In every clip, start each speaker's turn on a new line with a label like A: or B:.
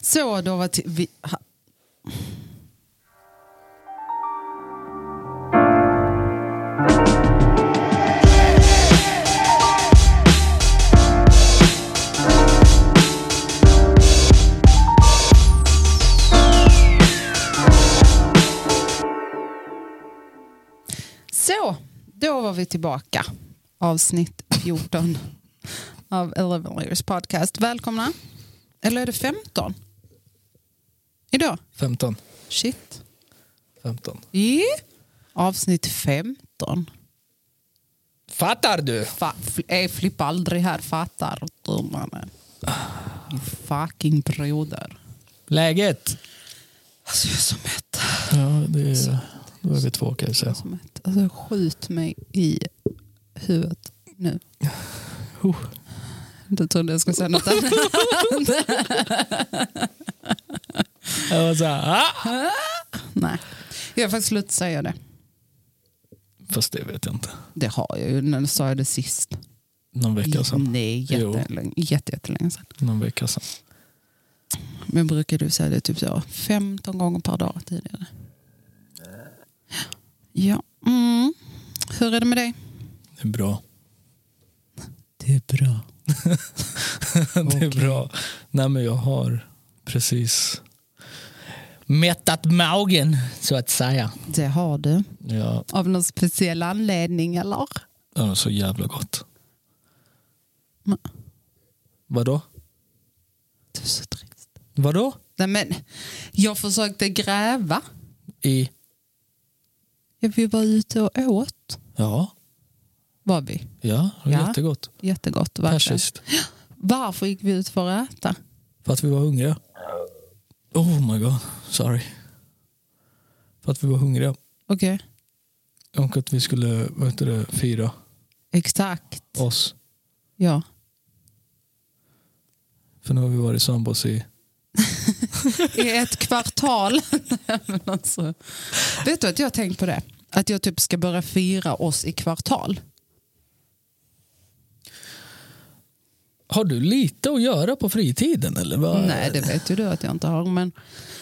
A: Så, då var till, vi, ha, Så, då var vi tillbaka. Avsnitt 14 av Eleven Layers podcast. Välkomna. Eller är det 15? Idag?
B: 15.
A: Shit.
B: 15.
A: Ja. Avsnitt 15.
B: Fattar du?
A: Fa- fl- jag flippar aldrig här, fattar du mannen? Min fucking broder.
B: Läget?
A: Alltså jag är så mätt.
B: Ja, det är, då är vi två kan jag säga.
A: Så mätt. Alltså jag skjut mig i huvudet nu.
B: Huh.
A: Du trodde jag skulle säga något annat.
B: Jag var så här, ah!
A: Nej. Jag har faktiskt slutat säga det.
B: Fast det vet jag inte.
A: Det har jag ju. När sa jag det sist?
B: Någon vecka sedan.
A: Nej, jättelänge, jätte, jättelänge sedan.
B: Någon vecka sedan.
A: Men brukar du säga det typ så 15 gånger per dag tidigare? Ja. Mm. Hur är det med dig?
B: Det är bra.
A: Det är bra.
B: Det är bra. Nej men jag har precis mättat magen så att säga.
A: Det har du.
B: Ja,
A: Av någon speciell anledning eller?
B: det var så jävla gott.
A: Mm.
B: Vadå?
A: Du är så trist.
B: Vadå?
A: Nej, men jag försökte gräva.
B: I?
A: Ja, Vi var ute och åt.
B: Ja,
A: Var vi.
B: ja, det var
A: Ja.
B: jättegott.
A: Jättegott. Verkligen.
B: Persiskt.
A: Varför gick vi ut för att äta?
B: För att vi var hungriga. Oh my god, sorry. För att vi var hungriga.
A: Okej.
B: Och att vi skulle vad heter det, fira
A: Exakt.
B: oss.
A: Ja.
B: För nu har vi varit sambos i...
A: i ett kvartal. Nej, men alltså. Vet du att jag har tänkt på det? Att jag typ ska börja fira oss i kvartal.
B: Har du lite att göra på fritiden eller? Vad?
A: Nej, det vet ju du att jag inte har. Men,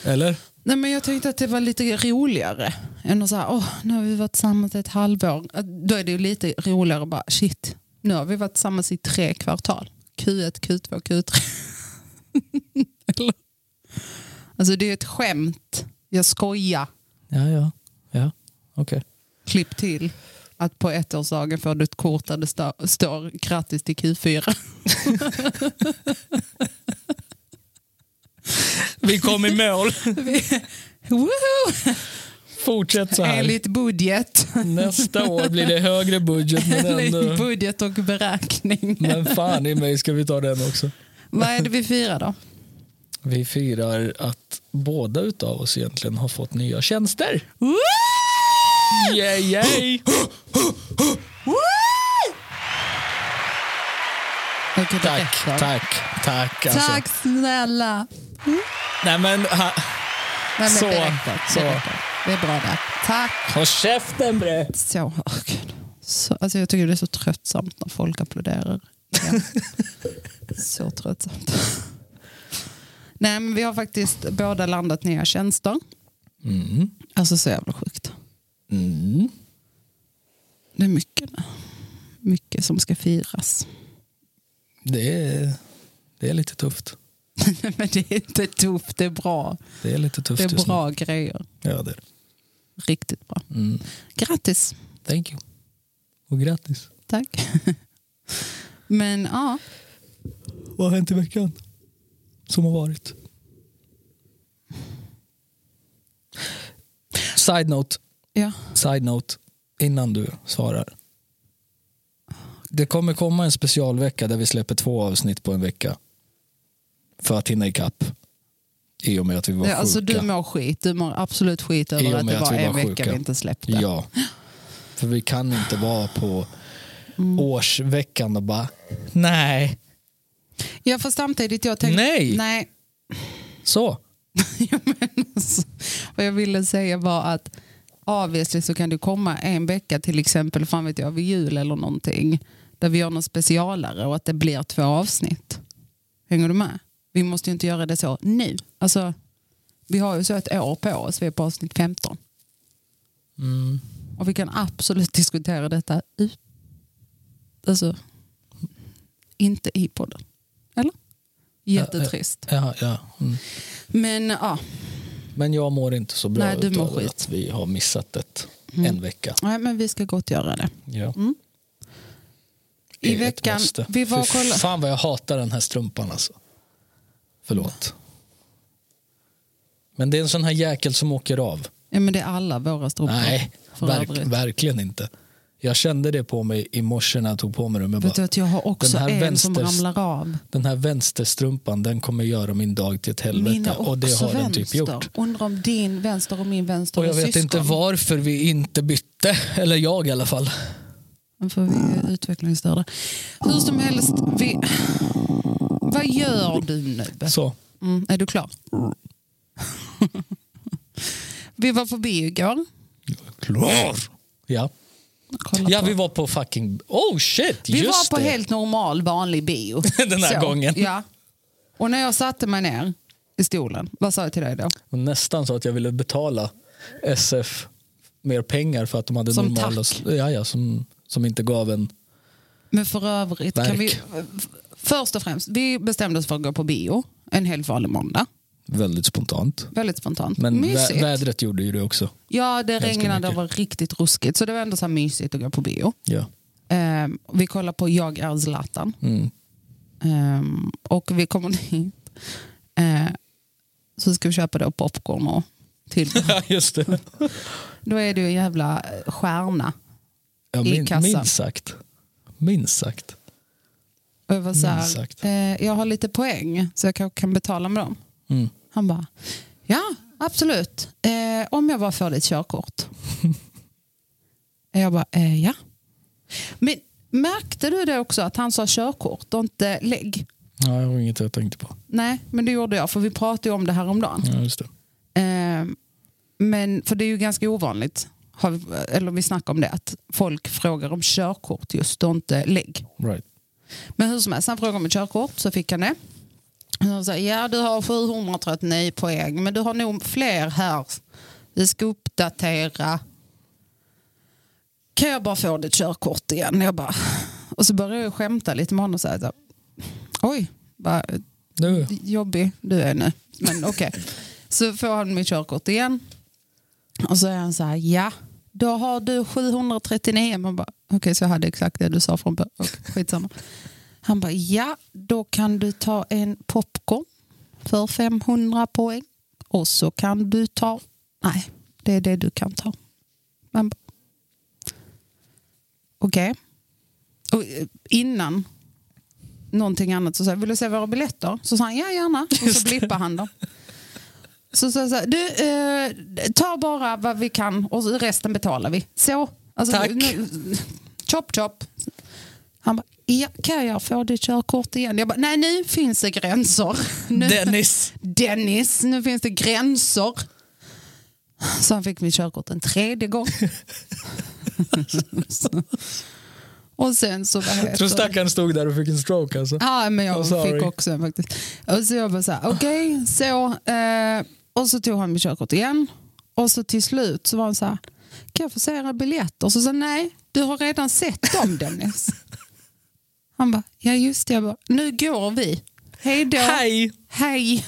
B: Eller?
A: nej, men jag tänkte att det var lite roligare. Än att säga, åh, nu har vi varit tillsammans ett halvår. Att Då är det ju lite roligare att bara, shit, nu har vi varit tillsammans i tre kvartal. Q1, Q2, Q3. Eller? Alltså det är ju ett skämt. Jag skojar.
B: Ja, ja. ja. Okej.
A: klipp till att på ettårsdagen får du ett kort där det sta- står grattis till Q4.
B: Vi kom i mål.
A: Woho!
B: Fortsätt så här.
A: Enligt budget.
B: Nästa år blir det högre budget men
A: Enligt
B: ändå.
A: budget och beräkning.
B: Men fan i mig ska vi ta den också.
A: Vad är det vi firar då?
B: Vi firar att båda utav oss egentligen har fått nya tjänster.
A: Woho!
B: Yay, yay!
A: Woho! Jag kan
B: Tack,
A: berätta.
B: tack, tack. Alltså.
A: Tack snälla.
B: Nej men,
A: Nej,
B: ha,
A: men
B: Så,
A: det räcker.
B: så.
A: Det, räcker. det är bra det. Tack.
B: håll käften bre!
A: Så. åh, Gud. så alltså jag tycker det är så tröttsamt när folk applåderar. Ja. så tröttsamt. Nej, men vi har faktiskt båda landat nya tjänster.
B: Mm.
A: Alltså så jävla sjukt.
B: Mm.
A: Det är mycket nu. Mycket som ska firas.
B: Det, är, det är lite tufft.
A: men det är inte tufft, det är bra.
B: Det är lite tufft
A: Det är
B: just
A: bra grejer.
B: nu. Ja, det är det.
A: Riktigt bra.
B: mm.
A: Grattis.
B: Thank you. Och grattis.
A: Tack. men ja,
B: Vad har hänt i veckan? Som har varit? Side note.
A: ja.
B: Side note, innan du svarar. Det kommer komma en specialvecka där vi släpper två avsnitt på en vecka. För att hinna ikapp. I och med att vi var
A: Ja, alltså
B: sjuka.
A: du mår skit. Du mår absolut skit
B: I och
A: över att
B: med
A: det
B: att
A: var
B: vi
A: en
B: var
A: vecka
B: sjuka.
A: vi inte släppte.
B: Ja. För vi kan inte vara på
A: Mm.
B: årsveckan och bara nej.
A: Ja, fast samtidigt jag tänkte...
B: Nej.
A: Nej.
B: Så.
A: Så, Vad jag ville säga var att obviously så kan du komma en vecka till exempel fan vet jag, vid jul eller någonting där vi gör någon specialare och att det blir två avsnitt. Hänger du med? Vi måste ju inte göra det så nu. Alltså, vi har ju så ett år på oss, vi är på avsnitt 15.
B: Mm.
A: Och vi kan absolut diskutera detta ut. Alltså, inte i podden. Eller? Jättetrist.
B: Ja, ja. Mm.
A: Men ja,
B: Men jag mår inte så bra
A: Nej, du mår
B: utav
A: skit.
B: att vi har missat ett,
A: Mm.
B: en vecka.
A: nej, men vi ska gott göra det.
B: Ja.
A: Mm. I
B: Det är ett
A: veckan-
B: måste.
A: vi var och
B: Fy
A: kolla-
B: fan vad jag hatar den här strumpan alltså. Förlåt. Men det är en sån här jäkel som åker av.
A: Ja, men det är alla våra strumpor.
B: Nej,
A: för
B: verk,
A: övrigt.
B: verkligen inte. Jag kände det på mig i morse när jag tog på mig den. men
A: Vet du
B: Bara,
A: att jag har också
B: Den här
A: en som
B: vänster-
A: ramlar av.
B: den här vänsterstrumpan den kommer göra min dag till ett helvete.
A: Mina också
B: och det har
A: vänster.
B: den typ gjort.
A: Undrar om din vänster och min vänster
B: Och jag
A: är
B: vet
A: syskon.
B: inte varför vi inte bytte. Eller jag i alla fall.
A: För vi är utvecklingsstörda. Hur som helst, vi... vad gör du nu?
B: Så.
A: Mm, är du klar? vi var förbi igår.
B: Klar! Ja.
A: Kolla
B: ja,
A: på.
B: vi var på fucking... Oh shit!
A: vi
B: just
A: var på
B: det.
A: helt normal vanlig bio.
B: Den här
A: Så,
B: gången.
A: Ja. Och när jag satte mig ner i stolen, vad sa jag till dig då?
B: Och nästan så att jag ville betala SF mer pengar för att de hade
A: Som
B: normala...
A: tack.
B: Ja, ja, som, som inte gav en...
A: Men för övrigt, kan
B: Verk.
A: vi, först och främst, vi bestämde oss för att gå på bio en helt vanlig måndag.
B: Väldigt spontant.
A: Väldigt spontant.
B: Men vä-
A: mysigt.
B: vädret gjorde ju det också.
A: ja, det regnade och
B: mycket.
A: var riktigt ruskigt. Så det var ändå så här mysigt att gå på bio.
B: Ja.
A: Ehm, vi kollar på Jag är Zlatan.
B: Mm.
A: Ehm, och vi kommer dit. Eh, så ska vi köpa då popcorn och till.
B: Just det.
A: Då är det ju en jävla stjärna.
B: Ja,
A: I
B: min,
A: kassan.
B: minst sagt. Minst sagt.
A: Och jag, var så
B: Minst
A: här,
B: sagt.
A: eh, jag har lite poäng så jag kanske kan betala med dem.
B: Mm.
A: Han bara, ja absolut. Eh, om jag bara får ditt körkort. jag bara, eh, ja. Men märkte du det också att han sa körkort och inte lägg?
B: Ja, det var inget jag tänkte på.
A: Nej, men det gjorde jag för vi pratade ju om det här om dagen.
B: Ja, just det.
A: Eh, men, för det är ju ganska ovanligt, har vi, eller vi snackar om det, att folk frågar om körkort just och inte lägg.
B: Right.
A: Men hur som helst, han frågade om ett körkort så fick han det. Han sa, ja du har 739 poäng men du har nog fler här. Vi ska uppdatera. Kan jag bara få ditt körkort igen? Jag bara... Och så började jag skämta lite med honom och säga, så här, oj vad
B: Nu.
A: jobbig du är nu. Men okej. Så får han mitt körkort igen. Och så är han så här, ja då har du 739. Man bara, okej så jag hade exakt det du sa från början. Okej, Skitsamma. Han bara, ja då kan du ta en popcorn för 500 poäng. Och så kan du ta, nej det är det du kan ta. Man bara, okej. Och eh, innan någonting annat så sa jag, vill du se våra biljetter? Så sa han, ja gärna. Och så blippade han dem. Så sa jag så här, du, eh, ta bara vad vi kan och så resten betalar vi. Så. Alltså,
B: Tack.
A: Nu, chop chop. Han bara, ja, kan jag få ditt körkort igen? Jag bara, nej nu finns det gränser. Nu,
B: Dennis!
A: Dennis, nu finns det gränser. Så han fick mitt körkort en tredje gång. och sen så... vad heter
B: Jag tror
A: det?
B: stackaren stod där och fick en stroke alltså.
A: Ja, men
B: I'm
A: jag
B: sorry.
A: fick också en faktiskt. Och så jag bara så här, okej, så. Eh, och så tog han mitt körkort igen. Och så till slut så var han så här, kan jag få se era biljetter? Så sa jag, nej, du har redan sett dem Dennis. Han bara, ja just det. Jag bara, nu går vi. Hej då.
B: Hej!
A: Hej.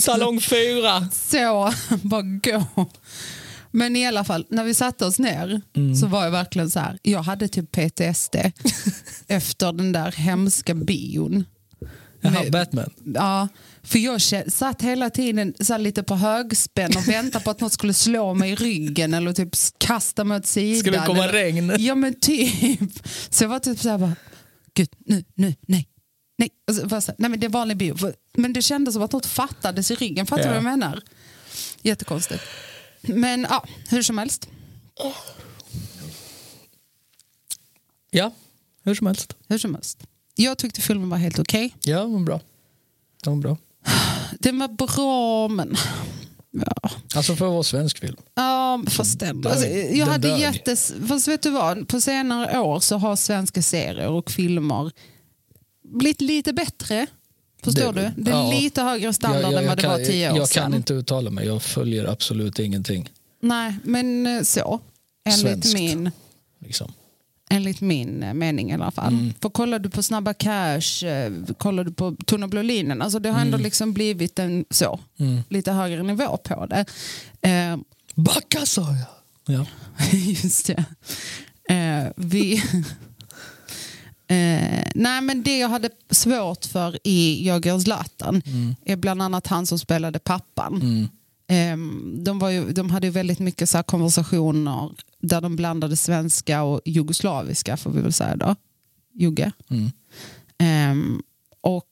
B: Salong 4!
A: så, bara gå. Men i alla fall, när vi satte oss ner så var jag verkligen så här, jag hade typ PTSD efter den där hemska bion.
B: Jaha,
A: Nej.
B: Batman.
A: Ja, för jag kä- satt hela tiden så här lite på högspänn och väntade på att något skulle slå mig i ryggen eller typ kasta mig åt sidan.
B: Ska det komma
A: eller,
B: regn?
A: Ja men typ. Så jag var typ så här bara, gud nu, nu, nej. Nej, alltså, bara så här, nej men det är vanlig bio. Men det kändes som att något fattades i ryggen. Fattar du
B: Ja.
A: vad jag menar? Jättekonstigt. Men ja, hur som helst.
B: Ja, hur som helst.
A: Hur som helst. Jag tyckte filmen var helt okej.
B: Ja, de var bra. De var bra.
A: Den var bra men... Ja.
B: Alltså för att vara svensk film.
A: Ja, fast den,
B: dög.
A: alltså, jag
B: Den
A: hade
B: dög.
A: jättes... Fast vet du vad? På senare år så har svenska serier och filmer blivit lite bättre. Förstår
B: Det-
A: du? Det är
B: ja.
A: lite högre standard än vad det
B: kan,
A: var tio år
B: Jag
A: sedan.
B: kan inte uttala mig. Jag följer absolut ingenting.
A: Nej, men eh, så. Enligt
B: Svenskt.
A: min,
B: Liksom.
A: enligt min eh, mening i alla fall.
B: Mm.
A: För kollar du på Snabba Cash, eh, kollar du på Tunna blå linjen, alltså det har ändå
B: Mm.
A: liksom blivit en så, lite högre nivå på det. Eh,
B: Backa sa jag! Ja.
A: Just det. Eh, vi... Eh, nej men det jag hade svårt för i Jag gör Zlatan är bland annat han som spelade pappan.
B: Mm,
A: Eh, de, var ju, de hade ju väldigt mycket så här konversationer där de blandade svenska och jugoslaviska får vi väl säga då. Jugge.
B: Mm.
A: Ehm, och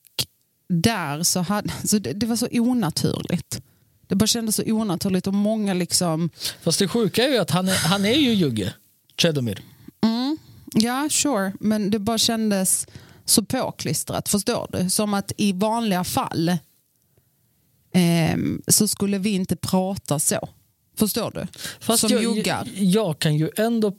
A: där så hade, så det, det var så onaturligt. Det bara kändes så onaturligt och många liksom,
B: Fast det sjuka är ju att han är, han är ju jugge. Chedomir.
A: Mm. Ja, sure. Men det bara kändes så påklistrat, förstår du? Som att i vanliga fall ehm, så skulle vi inte prata så. Förstår du?
B: Fast
A: Som
B: jag,
A: juggar.
B: Jag, jag kan ju ändå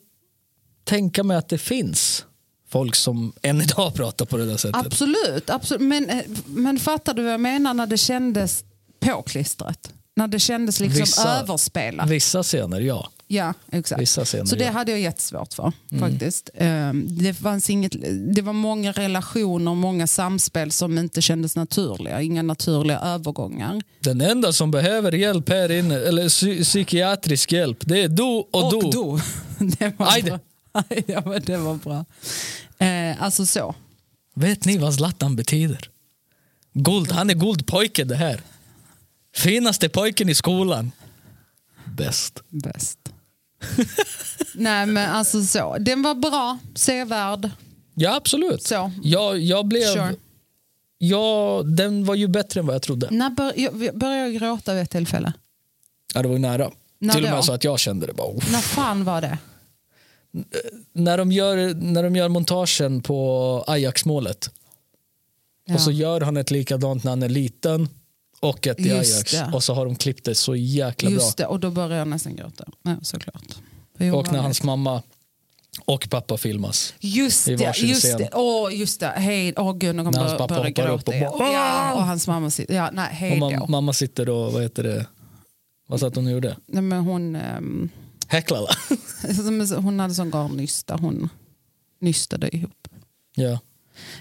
B: tänka mig att det finns folk som än idag pratar på det där sättet.
A: Absolut, absolut. Men, eh, men fattar du vad jag menar när det kändes påklistrat? När det kändes liksom
B: Vissa-
A: överspelat.
B: Vissa scener, ja.
A: Ja, exakt.
B: Vissa Mm. scener,
A: så det
B: ja.
A: hade jag jättesvårt för faktiskt. Ehm, Det, fanns inget, det var många relationer, många samspel som inte kändes naturliga. Inga naturliga övergångar.
B: Den enda som behöver hjälp här inne, eller psy- psykiatrisk hjälp, det är du och, du.
A: Det var
B: Aj,
A: bra. Aj, ja, men det var bra. Eh, alltså så.
B: Vet ni vad Zlatan betyder? Guld, han är guldpojke det här. Finaste pojken i skolan. Bäst.
A: Bäst. Nej men alltså så. Den var bra, sevärd.
B: Ja, absolut.
A: Så.
B: Jag, jag blev...
A: Sure.
B: Jag, den var ju bättre än vad jag trodde.
A: När bör, jag började jag gråta vid ett tillfälle?
B: Ja, det var ju nära.
A: När
B: Till och
A: då?
B: med så att jag kände det. Bara, "Uff."
A: När fan var det?
B: när, de gör, när de gör montagen på Ajax-målet
A: Ja.
B: och så gör han ett likadant när han är liten och ett i
A: Just
B: Ajax
A: det.
B: och så har de klippt det så jäkla bra.
A: Just det, och då började jag nästan gråta. Ja, såklart. Det är
B: Och när
A: ovanligt.
B: hans mamma och pappa filmas.
A: Just
B: i
A: det,
B: varsin
A: just
B: scen.
A: det. Åh, just det. Hej, åh gud, nu
B: När
A: kommer
B: hans
A: jag
B: pappa
A: börja
B: hoppar upp
A: gråta
B: och
A: igen.
B: bara-
A: Ja, och hans mamma sitter... Ja, nej, hej
B: Och
A: då.
B: mam- mamma sitter och, vad heter det, vad satt hon och gjorde?
A: Nej, men hon, ehm,
B: Häcklade.
A: hon hade sån garnnysta, hon nystade ihop.
B: ja.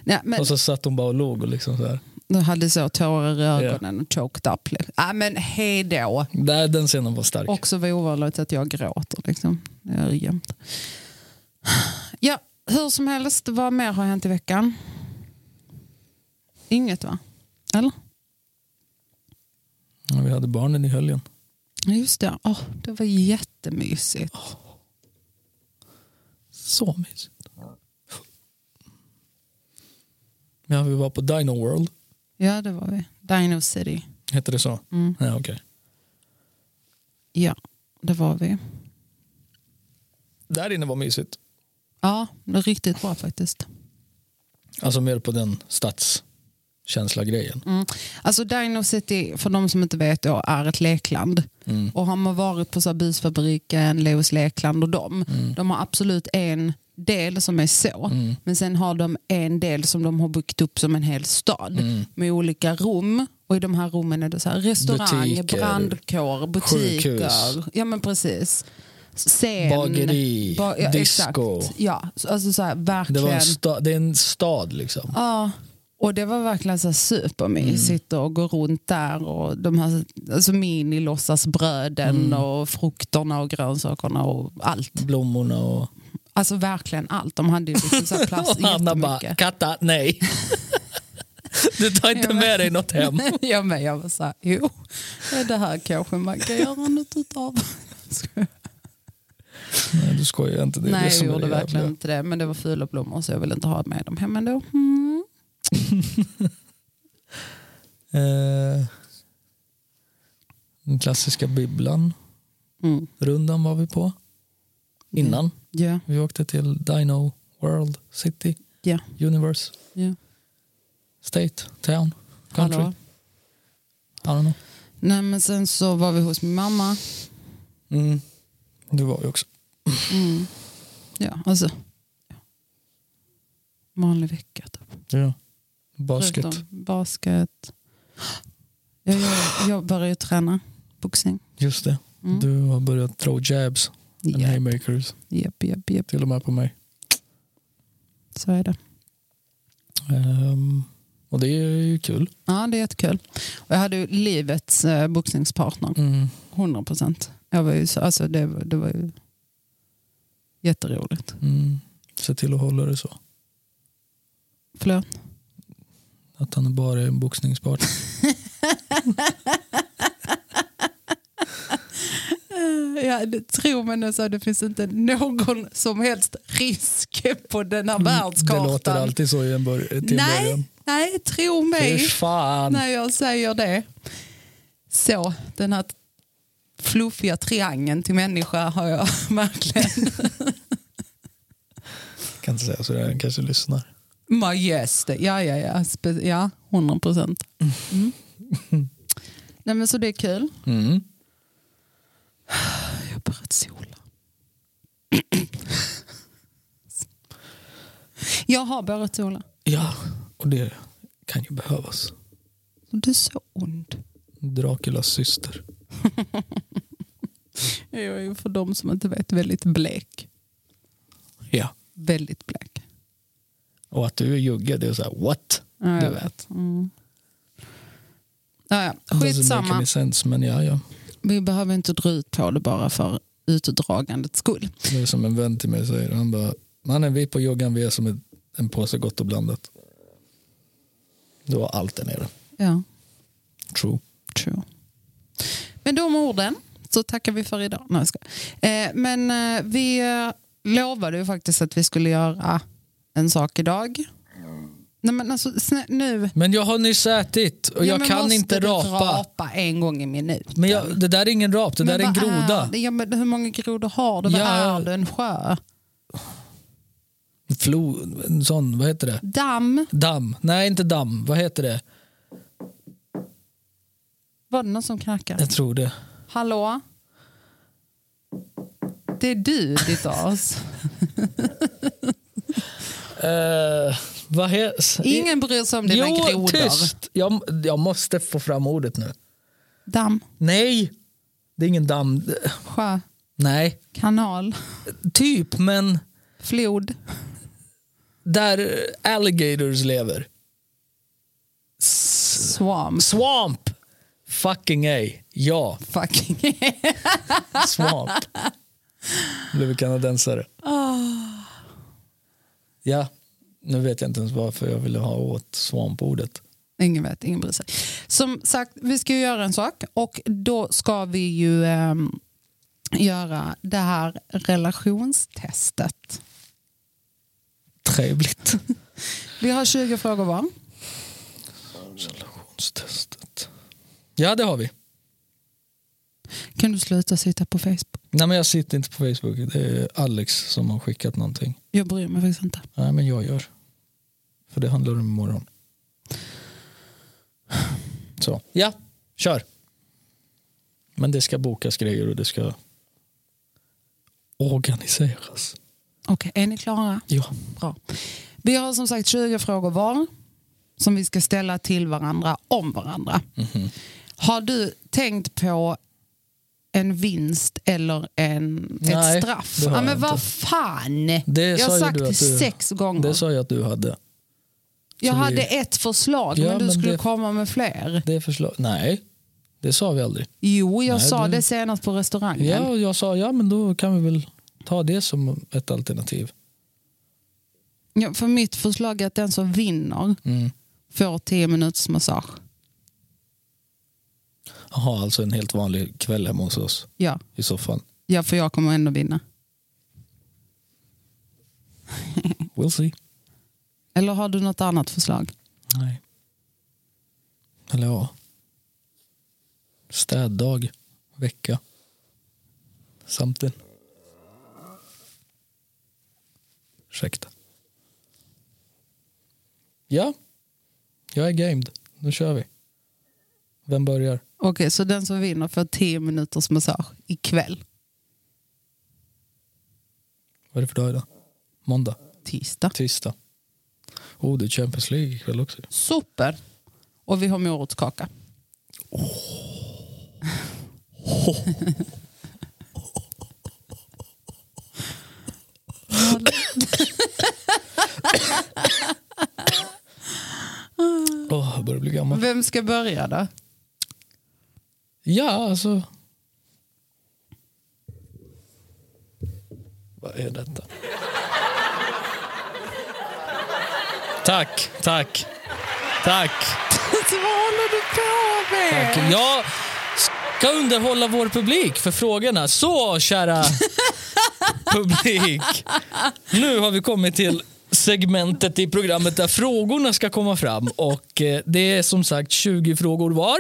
A: Nej, men
B: Och så satt hon bara och log och liksom så här.
A: du hade så tårar i ögonen och choked up. liksom. Ja, men hej då.
B: Där, den scenen var stark.
A: Också var ovanligt att jag gråter. Liksom. Det är jämt. Ja, hur som helst, vad mer har hänt i veckan? Inget va? Eller?
B: Ja, vi hade barnen i helgen.
A: Ja, Just det, Åh, det var jättemysigt.
B: Så mysigt. Ja, vi var på Dino World.
A: Ja, det var vi. Dino City.
B: Heter det så?
A: Mm.
B: Ja, okej.
A: Ja, det var vi.
B: Där inne var mysigt.
A: Ja, det var riktigt bra faktiskt.
B: Alltså mer på den stadskänsla-grejen.
A: Mm. Alltså Dino City, för de som inte vet, då, är ett lekland.
B: Mm.
A: Och har man varit på så här Busfabriken, Leos Lekland och dem, de har absolut en del som är så.
B: Mm.
A: Men sen har de en del som de har byggt upp som en hel stad
B: Mm.
A: med olika rum. Och i de här rummen är det så här restaurang,
B: Butiker,
A: brandkår, butiker.
B: sjukhus.
A: Ja men precis. Scen.
B: Bageri,
A: Ba- ja,
B: disco.
A: Exakt. Ja, så- alltså så här,
B: Det,
A: verkligen.
B: var en sta- det är en stad liksom.
A: Ja, och det var verkligen så här
B: Mm.
A: supermysigt att gå runt där och de här alltså mini-låtsasbröden
B: Mm.
A: och frukterna och grönsakerna och allt.
B: Blommorna och...
A: Alltså verkligen allt. De hade ju liksom så här plast
B: och Anna bara,
A: jättemycket.
B: Katta, nej. du tar inte
A: Ja, men-
B: med dig något hem.
A: ja, men jag var så här, jo, det här kanske man kan göra något utav.
B: Nej, du skojar inte. Det är det
A: Nej, jag
B: som är
A: gjorde
B: det jävla.
A: verkligen inte det. Men det var fula blommor så jag ville inte ha med dem hem ändå. Mm.
B: Eh, den klassiska bibblan.
A: Mm.
B: Rundan var vi på. Innan.
A: Ja,
B: Vi åkte till Dino World City
A: ja,
B: Universe
A: ja.
B: State Town Country.
A: Hallå.
B: I don't know.
A: Nej, men sen så var vi hos min mamma.
B: Mm. Det var vi också.
A: Mm. Ja, alltså. Ja. Vanlig vecka. Typ.
B: Ja. Basket.
A: Förutom basket. Jag, jag, jag börjar ju träna boxning.
B: Just det.
A: Mm.
B: Du har börjat throw jabs and
A: Japp,
B: haymakers.
A: japp, japp, japp.
B: Till och med på mig.
A: Så är det.
B: Ehm, och det är ju kul.
A: Ja, det är jättekul. Och jag hade ju livets eh, boxningspartner.
B: Mm.
A: 100 procent. Alltså, det, var- det var ju jätteroligt.
B: Mm. Se till att hålla det så.
A: Förlåt?
B: Att han bara är en boxningspart.
A: Eh, Ja, det, tro mig nu så det finns inte någon som helst risk på denna
B: Mm, Det låter
A: världskartan.
B: alltid så i en bör- till
A: Nej.
B: början.
A: Nej, tro
B: Fy
A: mig
B: fan.
A: när jag säger det. Så, den här fluffiga triangeln till människa har jag verkligen.
B: Kan inte säga sådär, han kanske lyssnar.
A: Majeste, ja ja ja, Spe- ja 100 procent. Mm. Nej men så det är kul.
B: Mm.
A: Jag har börjat sola. Jag har börjat sola.
B: Ja, och det kan ju behövas.
A: Du är så ond.
B: Draculas syster.
A: Jag är ju för de som inte vet väldigt blek.
B: Ja.
A: Väldigt blek.
B: Och att du är jugge, det är så här what?
A: Ja, jag
B: Du
A: vet. Mm. Ja, ja.
B: Doesn't make
A: Skitsamma.
B: any sense, men ja, ja.
A: Vi behöver inte dra ut på det bara för utdragandets skull.
B: Det är som en vän till mig säger. Han bara, mannen vi på juggan vi är som en- en påse gott och blandat. Då var allt där nere.
A: Ja,
B: True.
A: true. Med de orden så tackar vi för idag. Nej, jag skojar. eh, men eh, vi eh, lovade ju faktiskt att vi skulle göra en sak idag. Nej men alltså snä, nu.
B: Men jag har nyss ätit och
A: Ja,
B: jag
A: men
B: kan
A: måste
B: inte
A: du
B: rapa.
A: rapa en gång i minuten.
B: Men jag, det där är ingen rap, det
A: Men
B: där är en
A: vad
B: groda.
A: Är det? ja, men hur många grodor har du? Vad
B: Ja.
A: är du? En sjö?
B: En Flo, en sån, vad heter det?
A: Damm?
B: Damm. Nej, inte damm. Vad heter det?
A: Var det någon som knackade?
B: Jag tror det.
A: Hallå? Det är du, ditt as.
B: Eh, vad heter...
A: Ingen bryr sig om dina
B: jo,
A: grodor.
B: tyst! Jag, jag måste få fram ordet nu.
A: Damm,
B: Nej! Det är ingen damm.
A: sjö,
B: Nej.
A: kanal,
B: Typ, men
A: flod.
B: där alligators lever. S-
A: Swamp.
B: swamp! Fucking A. Ja,
A: Fucking
B: swamp. Blev kanadensare.
A: Ah.
B: Ja, nu vet jag inte ens varför jag ville ha åt swamp-ordet.
A: Ingen vet, ingen bryr sig. Som sagt, vi ska ju göra en sak och då ska vi ju ehm, göra det här relationstestet.
B: Trevligt.
A: Vi har 20 frågor var.
B: Relationstestet. Ja, det har vi.
A: Kan du sluta sitta på Facebook?
B: Nej, men jag sitter inte på Facebook. Det är Alex som har skickat någonting.
A: Jag bryr mig faktiskt inte.
B: Nej, men jag gör. För det handlar om imorgon. Så, ja, kör. Men det ska bokas grejer och det ska organiseras.
A: Okej, är ni klara?
B: Ja.
A: Bra. Vi har som sagt 20 frågor var som vi ska ställa till varandra om varandra.
B: Mhm.
A: Har du tänkt på en vinst eller en,
B: Nej,
A: ett straff?
B: det har
A: ja,
B: jag
A: men vad
B: inte.
A: fan!
B: Det
A: jag
B: sa
A: har
B: ju
A: sagt
B: du
A: det
B: att du-
A: sex gånger.
B: Det sa jag att du hade.
A: jag
B: vi-
A: hade ett förslag
B: Ja,
A: men du
B: men
A: skulle
B: det-
A: komma med fler.
B: Det förslag. Nej, det sa vi aldrig.
A: Jo, jag
B: Nej,
A: sa
B: du-
A: det senast på restaurangen.
B: Ja, och jag sa ja, men då kan vi väl ta det som ett alternativ.
A: Ja, för mitt förslag är att den som vinner
B: Mm.
A: får 10 minuters massage.
B: Jaha, alltså en helt vanlig kväll hemma hos oss
A: Ja.
B: i soffan.
A: ja, för jag kommer ändå vinna.
B: We'll see.
A: Eller har du något annat förslag?
B: Nej. Eller ja. Städdag, vecka. Something. Ursäkta. Ja, jag är gamed. Nu kör vi. Vem börjar?
A: Okej, så den som vinner får 10 minuters massage ikväll,
B: Vad är det för dag idag? Måndag?
A: tisdag.
B: Tisdag? Oh, det är Champions League ikväll också.
A: Super. Och vi har morotskaka.
B: Åh, jag börjar bli gammal.
A: Vem ska börja då?
B: Ja, alltså. Vad är detta? Tack, tack, tack.
A: Alltså, vad håller du på med?
B: Tack. Jag ska underhålla vår publik för frågorna. Så, kära publik. Nu har vi kommit till segmentet i programmet där frågorna ska komma fram. Och eh, Det är som sagt 20 frågor var.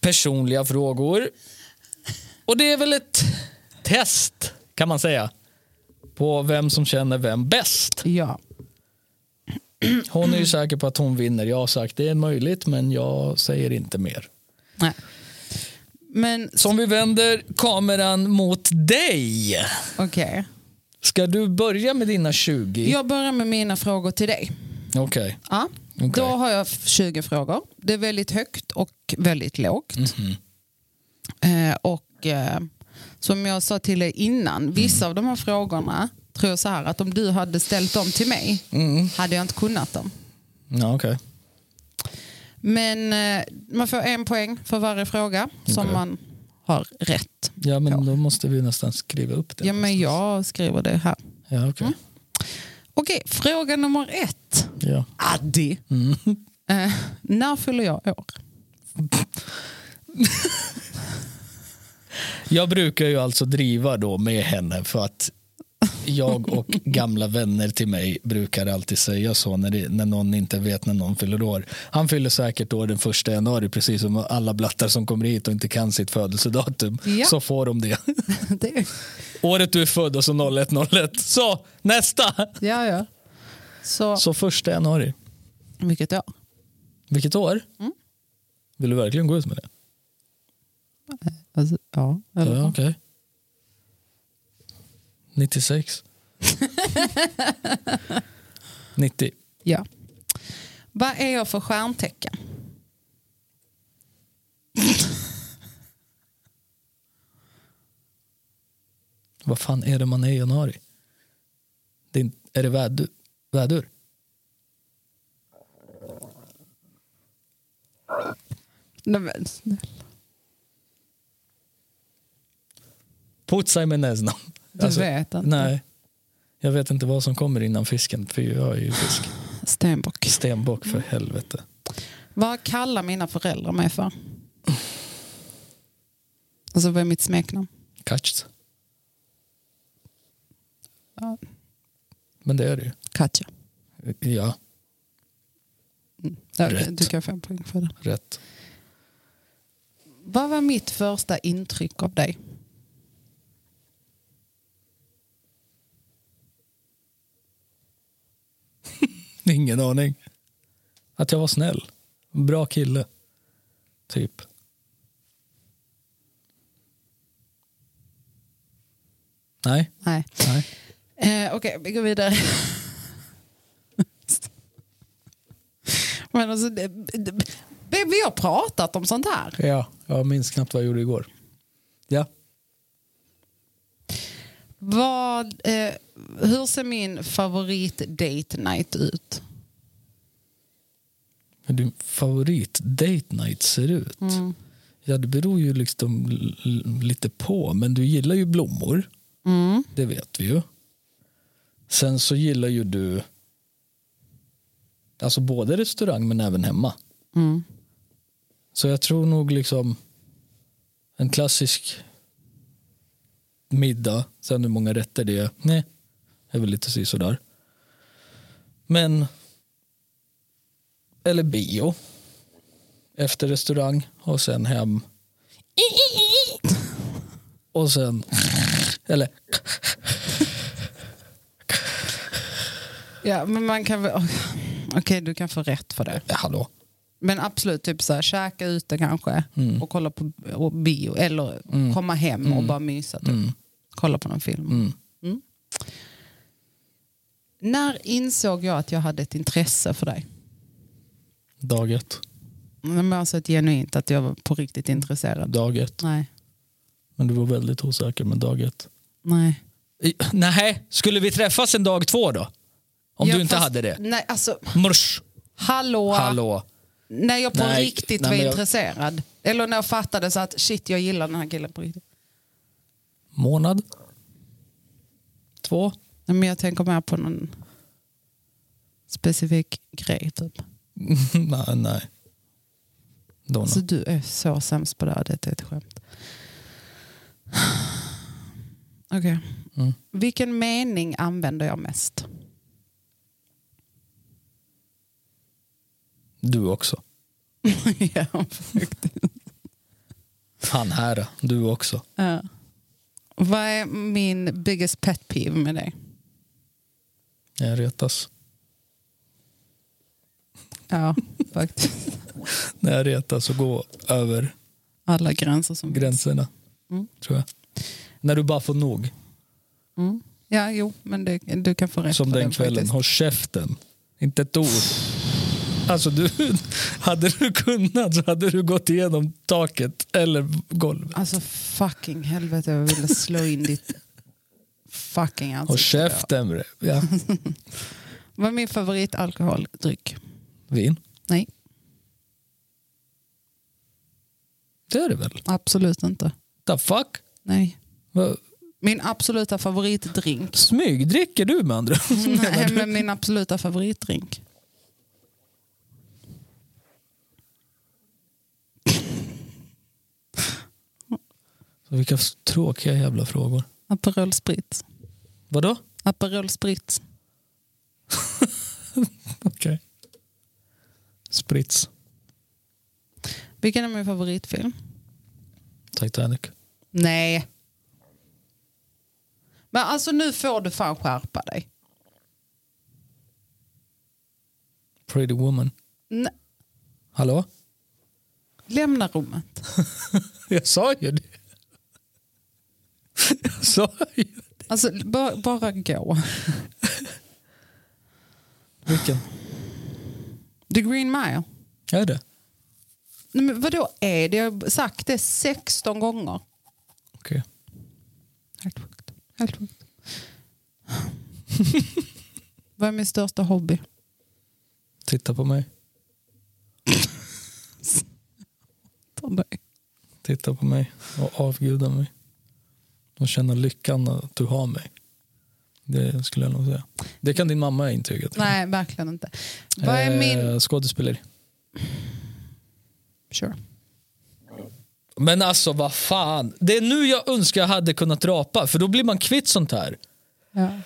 B: Personliga frågor. Och det är väl ett test, kan man säga, på vem som känner vem bäst.
A: Ja.
B: Hon är ju säker på att hon vinner. Jag har sagt det är möjligt, men jag säger inte mer.
A: Nej. Men
B: Som vi vänder kameran mot dig.
A: okej.
B: Ska du börja med dina 20?
A: Jag börjar med mina frågor till dig.
B: Okej.
A: Ja.
B: Okej.
A: Då har jag 20 frågor. Det är väldigt högt och väldigt lågt.
B: Mhm.
A: Eh, och eh, som jag sa till dig innan, vissa av de här frågorna tror jag så här att om du hade ställt dem till mig hade jag inte kunnat dem.
B: Mm. Ja, okej.
A: Men eh, man får en poäng för varje fråga som
B: Okej.
A: man har rätt.
B: ja, men då måste vi nästan skriva upp det.
A: Ja, men Mm. jag skriver det här.
B: Ja, okej.
A: Okej, fråga nummer ett.
B: Ja.
A: Addi.
B: Mm.
A: Eh, när fyller jag år?
B: Jag brukar ju alltså driva då med henne för att jag och gamla vänner till mig brukar alltid säga så när, det, när någon inte vet när någon fyller år. Han fyller säkert år den första januari precis som alla blattar som kommer hit och inte kan sitt födelsedatum.
A: Ja.
B: Så får de det.
A: det är...
B: Året du är född och så 0101. Så nästa!
A: Ja, ja. Så,
B: Så första januari.
A: vilket år?
B: Vilket år? Vill du verkligen gå ut med det?
A: Alltså, ja, eller?
B: Ja, okej. 96. 90.
A: ja. Vad är jag för stjärntecken?
B: Vad fan är det man är i januari? Det är, inte- är det vädur? vädur?
A: Nej, men, snälla.
B: Putsaj med näsnan.
A: Du vet inte.
B: Alltså, Nej. Jag vet inte vad som kommer innan fisken, för jag är ju fisk.
A: Stenbock.
B: Stenbock för helvete.
A: Vad kallar mina föräldrar mig för? Alltså vad är mitt smeknamn?
B: Catch.
A: Ja.
B: Men det är det ju.
A: Katja.
B: Ja,
A: Ja, okej,
B: Rätt.
A: Du kan få en poäng för det.
B: rätt.
A: Vad var mitt första intryck av dig?
B: Ingen aning. Att jag var snäll. Bra kille. Typ. Nej.
A: Nej.
B: Nej.
A: Eh, Okej, vi går vidare. Men alltså, det, det, baby, jag har pratat om sånt här.
B: Ja, jag minns knappt vad jag gjorde igår. Ja.
A: Vad, eh, hur ser min favorit date night ut?
B: Hur din favorit date night ser ut? Ja, det beror ju liksom l- l- lite på. Men du gillar ju blommor. Det vet vi ju. Sen så gillar ju du alltså både restaurang men även hemma. Så jag tror nog liksom en klassisk middag. Sen hur många rätter det är. Nej, det är väl lite si sådär. Men eller bio. Efter restaurang och sen hem. Och sen... Eller...
A: Ja, men man kan väl... Okej, du kan få rätt för det.
B: Ja, Hallå.
A: Men absolut, typ så här, käka ute kanske
B: Mm.
A: och kolla på och bio eller komma hem
B: Mm.
A: och bara mysa. Typ. Kolla på någon film. Mm. När insåg jag att jag hade ett intresse för dig?
B: Dag ett.
A: Men alltså ett genuint, att jag var på riktigt intresserad.
B: Dag ett.
A: Nej,
B: Men du var väldigt osäker med dag ett.
A: nej.
B: I, nej, skulle vi träffas en dag två då? Om
A: Ja,
B: du inte
A: fast-
B: hade det.
A: Nej, alltså
B: Mors,
A: hallå.
B: hallå.
A: När jag på
B: Nej,
A: riktigt
B: nej,
A: var
B: men jag-
A: intresserad. Eller när jag fattade så att shit, jag gillar den här killen på riktigt.
B: Månad? Två?
A: Nej, Men jag tänker mer på någon specifik grej typ.
B: nej, nej. Donna.
A: Alltså du är så sämst på det här, det är ett skämt. Okej.
B: Mm.
A: Vilken mening använder jag mest?
B: Du också.
A: ja,
B: Han här, du också.
A: Ja. Vad är min biggest pet peeve med dig?
B: Jag retas.
A: Ja, faktiskt.
B: När jag retas så gå över
A: Alla gränser som
B: gränserna.
A: Mm.
B: Tror jag. När du bara får nog.
A: Mm. Ja, jo, men det, du kan få rätt
B: Som
A: på
B: den
A: det,
B: kvällen.
A: faktiskt.
B: Håll käften. Inte ett ord. Alltså du, hade du kunnat så hade du gått igenom taket eller golvet.
A: Alltså fucking helvete, jag ville slå in ditt fucking ansikte.
B: Håll käften bre. ja.
A: Vad är min favoritalkoholdryck?
B: Vin.
A: Nej,
B: Det är det väl?
A: absolut inte.
B: The fuck?
A: Nej.
B: Vad-
A: Min absoluta favoritdrink.
B: Smygdricker du med andra?
A: Nej, men min absoluta favoritdrink.
B: Vilka tråkiga jävla frågor.
A: Aperol Spritz.
B: Vadå?
A: Aperol Spritz.
B: Okej. Sprits.
A: Vilken är min favoritfilm?
B: Titanic.
A: Nej. Men alltså nu får du fan skärpa dig.
B: Pretty woman.
A: N-
B: Hallå?
A: Lämna rummet.
B: Jag sa ju det. Jag sa ju
A: Alltså bara, bara gå.
B: Vilken?
A: The Green Mile.
B: Är det?
A: Nej, men vadå är det? Jag har sagt det 16 gånger.
B: Okej.
A: Helt sjukt. Helt sjukt. Vad är min största hobby?
B: Titta på mig.
A: Ta dig.
B: Titta på mig och avguda mig. Och känna lyckan att du har mig. Det skulle jag nog säga. Det kan din mamma intyga. till.
A: Nej, verkligen inte. Vad är min...
B: Eh, skådespeleri.
A: Sure.
B: Men alltså vad fan. Det är nu jag önskar jag hade kunnat rapa. För då blir man kvitt sånt här.
A: Ja.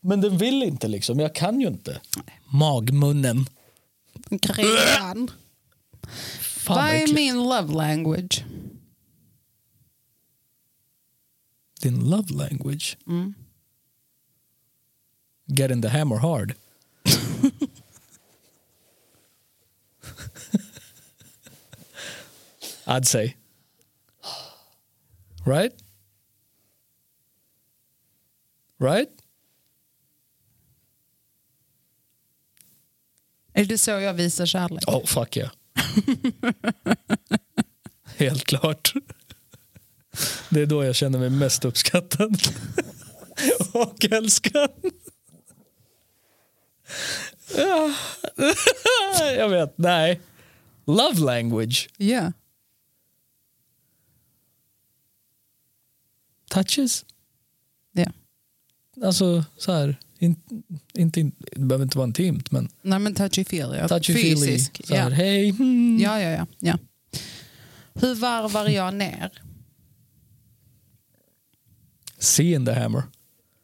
B: Men den vill inte liksom. Jag kan ju inte. Magmunnen.
A: Gretan.
B: Fan
A: Vad
B: vad
A: är
B: äckligt.
A: min love language?
B: Din love language.
A: Mm.
B: Get in the hammer hard. I'd say. Right? Right?
A: Är det så jag visar kärlek?
B: Oh, fuck yeah. Helt klart. Det är då jag känner mig mest uppskattad. Och älskad. Ja. Jag vet, nej. Love language.
A: Ja.
B: Touches.
A: Ja.
B: Alltså så här. In, inte, in, det behöver inte vara intimt men
A: Nej men touchy feely.
B: touchy feely.
A: Fysisk.
B: Så här,
A: Ja.
B: hej. Mm.
A: Ja, ja, ja, ja. Hur varvar jag ner?
B: See in the hammer.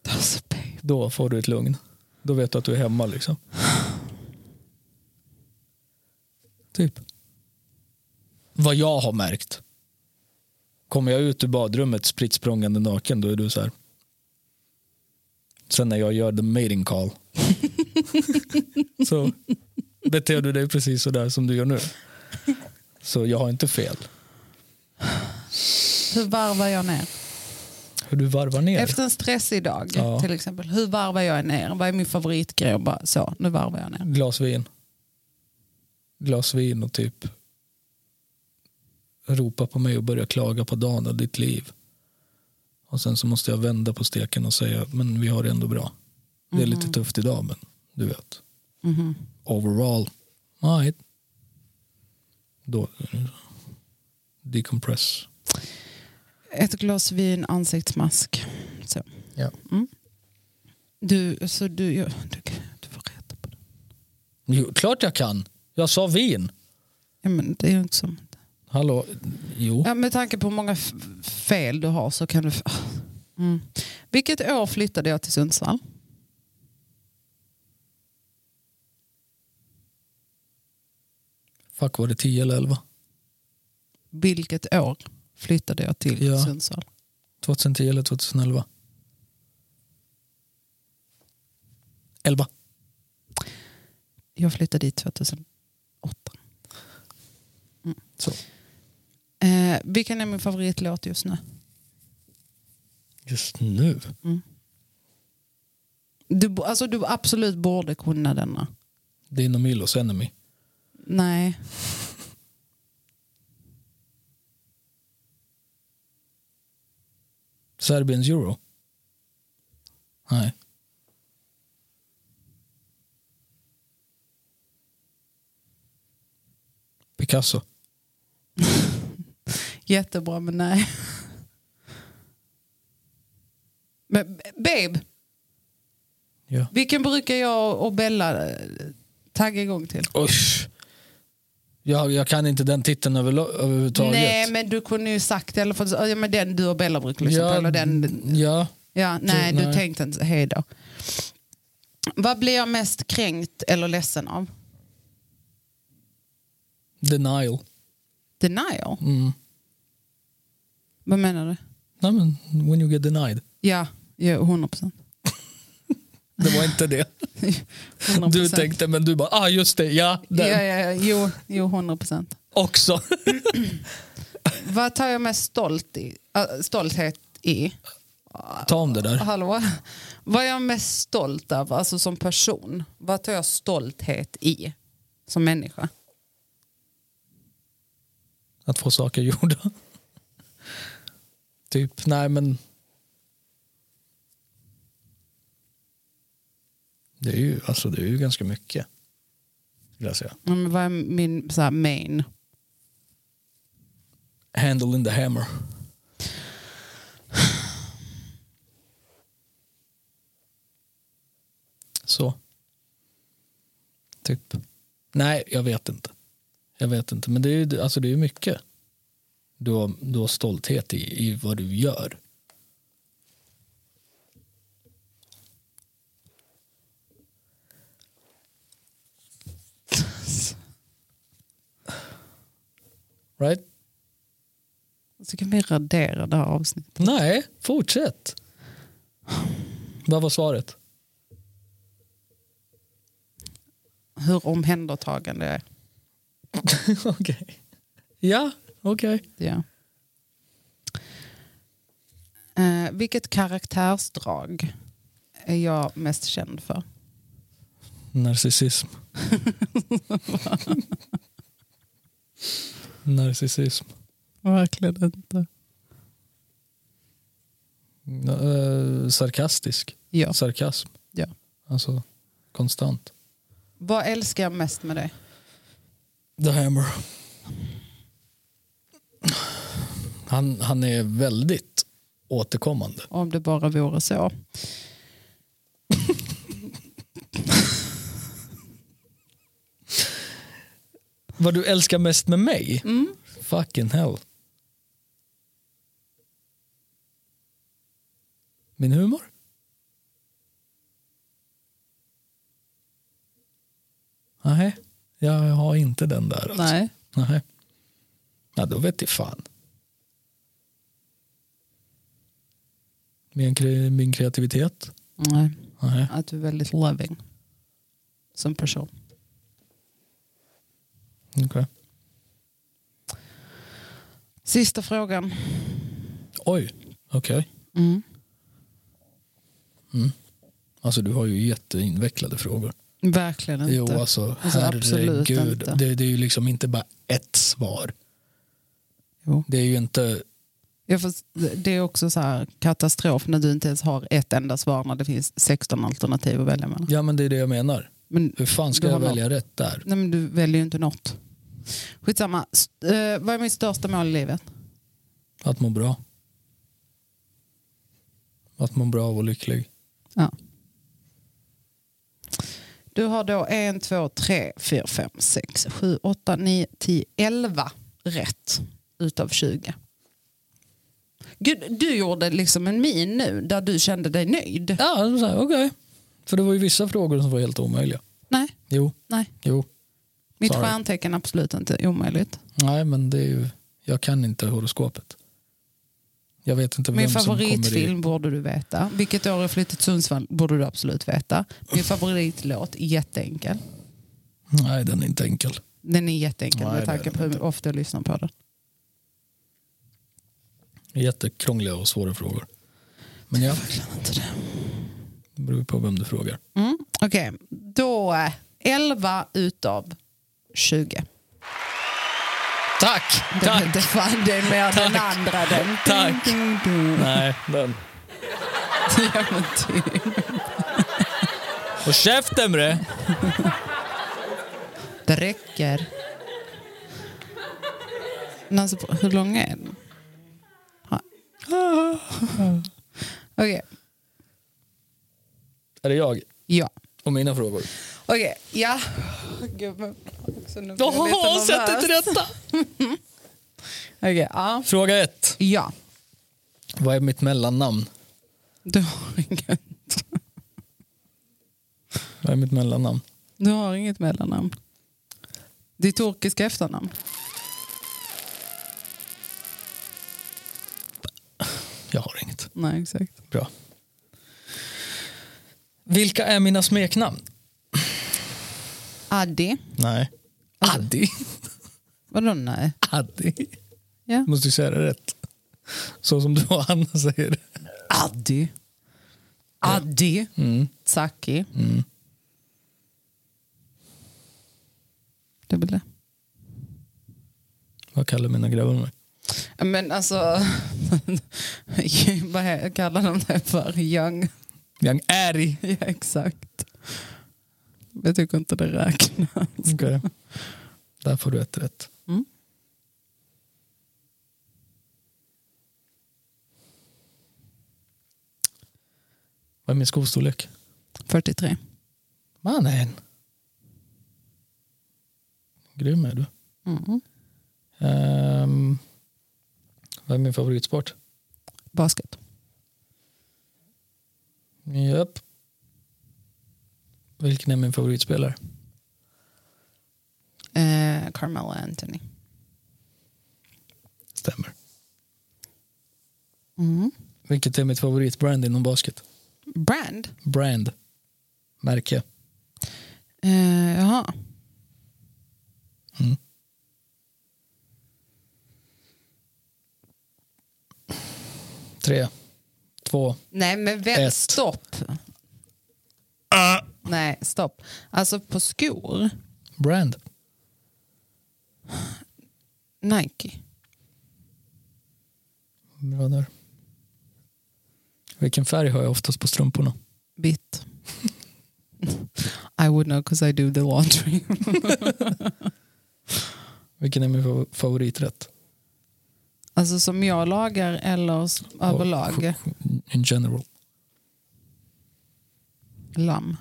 A: Alltså, babe.
B: Då får du ett lugn. Då vet du att du är hemma liksom. Typ. Vad jag har märkt. Kommer jag ut ur badrummet spritt språngande naken då är du så här. Sen när jag gör the mating call. så beter du dig precis så där som du gör nu. Så jag har inte fel.
A: Hur varvar jag ner?
B: Hur du varvar ner.
A: Efter en stressig dag
B: Ja.
A: till exempel. Hur varvar jag ner? Vad är min favoritgrej? Och Bara, så, nu varvar jag ner.
B: Glas vin. Glas vin och typ ropa på mig och börja klaga på dagen och ditt liv. Och sen så måste jag vända på steken och säga men vi har det ändå bra. Det är lite tufft idag men du vet.
A: Mhm.
B: Overall, all right. Då decompress.
A: Ett glas vin, ansiktsmask. Så.
B: Ja.
A: Mm. Du, så du, ja, du, du får rätt på det.
B: Jo, klart jag kan. Jag sa vin.
A: Ja, men det är ju inte som...
B: Hallå, jo.
A: Ja, med tanke på hur många f- fel du har så kan du... f- Mm. Vilket år flyttade jag till Sundsvall?
B: 'Fuck' var det 10 eller 11?
A: Vilket år flyttade jag till
B: Ja.
A: Sundsvall?
B: 2010 eller 2011? 11.
A: Jag flyttade dit 2008.
B: Så.
A: Eh, vilken är min favoritlåt just nu?
B: Just nu?
A: Du, bo- alltså, du absolut borde kunna denna.
B: Din och Milos Enemy.
A: Nej.
B: Serbiens Euro? Nej. Picasso?
A: Jättebra, men nej. Men babe,
B: Ja.
A: vilken brukar jag och Bella eh, tagga igång till?
B: Usch. Jag, jag kan inte den titeln över, överhuvudtaget.
A: Nej, men du kunde ju sagt i alla fall, ja, men den du och Bella brukar lyssna på. Eller den,
B: ja,
A: ja, nej,
B: mm. så-
A: du
B: nej.
A: tänkte inte, hej då. Vad blir jag mest kränkt eller ledsen av?
B: Denial.
A: Denial?
B: Mm.
A: Vad menar du?
B: Nej, men, when you get denied.
A: Ja, ja 100 procent.
B: Det var inte det. Du tänkte, men du bara, ah just det, ja,
A: Ja,
B: den
A: ja, ja, jo, jo, 100 procent.
B: också.
A: Vad tar jag mest stolt i, äh, stolthet i?
B: Ta om det där.
A: Hallå? Vad är jag mest stolt av, alltså som person? Vad tar jag stolthet i som människa?
B: Att få saker gjorda. Typ, nej men. Det är ju, alltså, det är ju ganska mycket. Vill jag säga.
A: Ja, men Mm, vad är min så här, main?
B: Handle in the hammer. Så. Typ. Nej, jag vet inte. Jag vet inte, men det är ju alltså det är ju mycket. Du har, du har stolthet i, i vad du gör. Right?
A: Så kan vi radera det här avsnittet.
B: Nej, fortsätt. Vad var svaret?
A: Hur omhändertagande jag är.
B: okej. Ja, okej.
A: Ja. Eh, vilket karaktärsdrag är jag mest känd för?
B: Narcissism. Narcissism.
A: Verkligen inte.
B: Eh, sarkastisk.
A: Ja.
B: Sarkasm.
A: Ja.
B: Alltså konstant.
A: Vad älskar jag mest med dig?
B: The Hammer. Han, han är väldigt återkommande.
A: Om det bara vore så.
B: Vad du älskar mest med mig?
A: Mm.
B: Fucking hell. Min humor? Nej, jag har inte den där. Alltså.
A: Nej.
B: Nej. Ja, då vet jag fan. Min, kre- min kreativitet?
A: Nej.
B: Nej.
A: Att du är väldigt loving som person.
B: okej.
A: Sista frågan.
B: Oj, okej.
A: Mm.
B: Alltså du har ju jätteinvecklade frågor.
A: Verkligen inte.
B: Jo, alltså,
A: Alltså, absolut
B: herregud.
A: inte.
B: Det, det är ju liksom inte bara ett svar.
A: Jo.
B: Det är ju inte...
A: Jag får, det är också så här katastrof när du inte ens har ett enda svar när det finns 16 alternativ att välja mellan.
B: Ja, men det är det jag menar.
A: Men,
B: Hur fan ska
A: Du
B: jag
A: har
B: välja rätt där?
A: nej, men du väljer ju inte något. Skitsamma. S- eh, vad är mitt största mål i livet?
B: Att må bra. Att må bra och vara lycklig.
A: Du har då en, två, tre, fyra, fem, sex, sju, åtta, nio, tio, elva rätt utav 20. Gud, du gjorde liksom en min nu där du kände dig nöjd.
B: Ja, så här, okej. För det var ju vissa frågor som var helt omöjliga.
A: Nej,
B: Jo,
A: nej.
B: jo.
A: Mitt
B: Sorry.
A: stjärntecken är absolut inte omöjligt.
B: Nej, men det är ju... Jag kan inte horoskopet. Jag vet inte
A: Min
B: vem som kommer i...
A: favoritfilm borde du veta. Vilket år jag flyttat till Sundsvall borde du absolut veta. Min favoritlåt, jätteenkel.
B: Nej, den är inte enkel.
A: Den är jätteenkel
B: Nej, det
A: med
B: är
A: tanke
B: den
A: på hur
B: inte.
A: ofta jag lyssnar på den.
B: Jättekrångliga och svåra frågor. Men ja, det beror ju på vem du frågar.
A: Mm, Okej, då eh, 11 utav 20.
B: Tack!
A: Det är inte fan det är mer den
B: Tack.
A: andra. Den.
B: Tack.
A: Ding, ding, ding.
B: Nej, den.
A: Ja, men typ.
B: Och käften bre!
A: Det räcker. Men alltså, på- hur lång är den? Ja. Ah. Okej,
B: Är det jag?
A: ja.
B: Och mina frågor?
A: Okej, ja. Gud, men också nu blir jag lite
B: Åh, sätt dig
A: nervös.
B: till rätta!
A: Okej, ja.
B: Fråga ett.
A: Ja,
B: Vad är mitt mellannamn?
A: du har inget,
B: Vad är mitt mellannamn?
A: du har inget mellannamn. Det är turkiska efternamn.
B: Jag har inget.
A: Nej, exakt.
B: Bra. Vilka är mina smeknamn?
A: Addi.
B: Nej. Addi.
A: Vadå nej?
B: Addi.
A: Ja.
B: Måste ju säga det rätt. Så som du och Anna säger det.
A: Addi. Addi.
B: Mm.
A: Saki. Det blir det.
B: Vad kallar mina grabbar mig?
A: Men alltså, vad he- kallar de det för? Young?
B: Jag är arg.
A: Ja, exakt. Jag tycker inte det räknas.
B: Okej. Där får du ett rätt.
A: Mm.
B: Vad är min skostorlek?
A: 43.
B: Mannen. Grym är du.
A: Mm.
B: Ehm, vad är min favoritsport?
A: Basket.
B: Japp. Vilken är min favoritspelare?
A: Eh, Carmela Anthony.
B: Stämmer.
A: Mm.
B: Vilket är mitt favoritbrand inom basket?
A: Brand?
B: Brand. Märke.
A: Eh, jaha.
B: Mm. Tre, två.
A: Nej men vem,
B: Ett.
A: stopp. Nej, stopp. Alltså på skor,
B: Brand.
A: Nike.
B: Bra där. Vilken färg har jag oftast på strumporna?
A: Bit. I would know because I do the laundry.
B: Vilken är min fa- favoriträtt?
A: alltså som jag lagar eller s- överlag.
B: In general.
A: Lamm.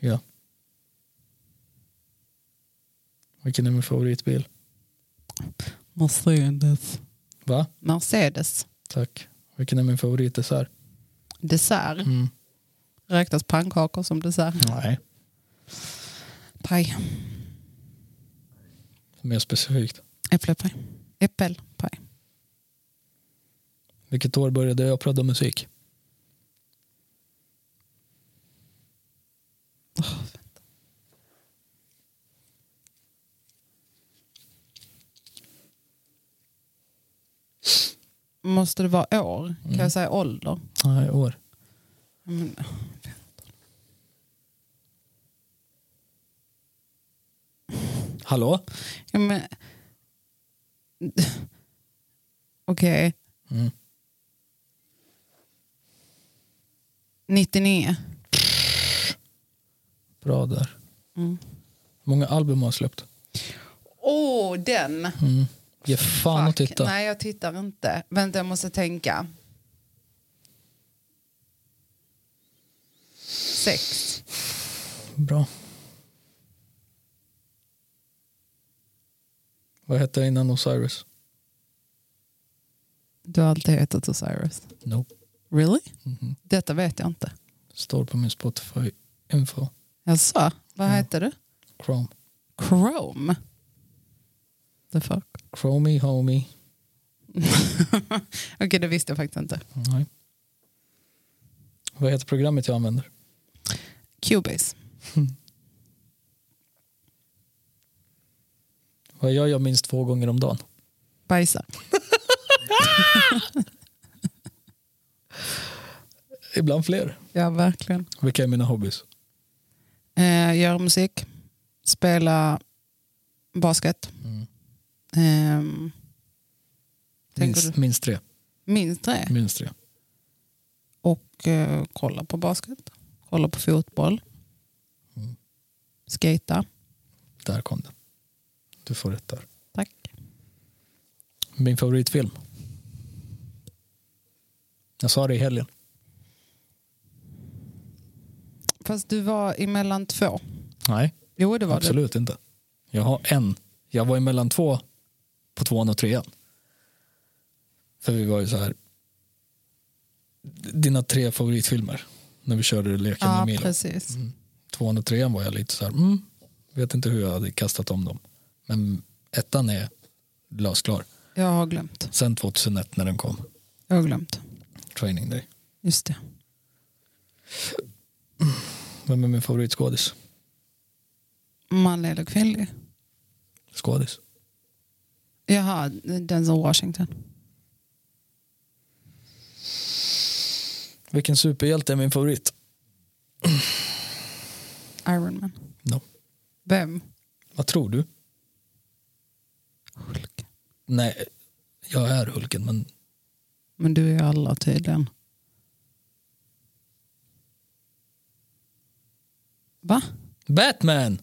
B: Ja. Vilken är min favoritbil?
A: Mercedes.
B: Va?
A: Mercedes.
B: Tack. Vilken är min favoritdessert?
A: Dessert.
B: Mm.
A: Räknas pannkakor som dessert?
B: Nej.
A: Paj.
B: Mer specifikt.
A: Äpplepaj. Äppelpaj.
B: Vilket år började jag prata musik?
A: måste det vara år? Kan
B: Mm.
A: jag säga ålder?
B: Nej, år.
A: Men,
B: Hallå?
A: ja, men... Okej,
B: Mm.
A: 99.
B: Bra där.
A: Mm.
B: Många album har jag släppt.
A: Åh, den!
B: Mm. Ge fan och
A: Fuck.
B: titta.
A: Nej, jag tittar inte. Vänta, jag måste tänka. Sex.
B: Bra. Vad hette jag innan Osiris?
A: Du har alltid hetat Osiris.
B: No.
A: Really?
B: Mhm.
A: Detta vet jag inte.
B: Står på min Spotify-info.
A: Jaså, vad
B: Ja.
A: heter du?
B: Chrome.
A: Chrome. The fuck?
B: Chromey homie.
A: Okej, det visste jag faktiskt inte.
B: Nej. Vad heter programmet jag använder?
A: Cubase.
B: Vad gör jag minst två gånger om dagen?
A: Bajsa.
B: Ibland fler.
A: Ja, verkligen.
B: Vilka är mina hobbys?
A: Eh, gör musik. Spela basket.
B: Mm.
A: Ehm, tänker
B: Minst,
A: du?
B: minst tre.
A: Minst det.
B: Minst tre.
A: Och eh, kolla på basket. Kolla på fotboll.
B: Mm.
A: Skata.
B: Där kom den. Du får rätt där.
A: Tack.
B: Min favoritfilm? Jag sa det i helgen.
A: Fast du var emellan två.
B: Nej,
A: Jo, det var du.
B: absolut inte. Jag har en. Jag var emellan två på tvåan och trean. För vi var ju så här. Dina tre favoritfilmer. När vi körde leken
A: Ja,
B: med Milo.
A: precis.
B: Mm. Tvåan och trean var jag lite så här. Mm, vet inte hur jag hade kastat om dem. Men ettan är glasklar.
A: Jag har glömt.
B: Sen 2001 när den kom.
A: Jag har glömt.
B: Training Day.
A: Just det.
B: Vem är min favoritskådis?
A: Manlig eller kvinnlig?
B: Skådis.
A: Jaha, Denzel Washington.
B: Vilken superhjälte är min favorit?
A: Iron Man.
B: No.
A: Vem?
B: Vad tror du?
A: Hulk.
B: Nej, jag är Hulken, men
A: Men du är alla tydligen. Va?
B: Batman!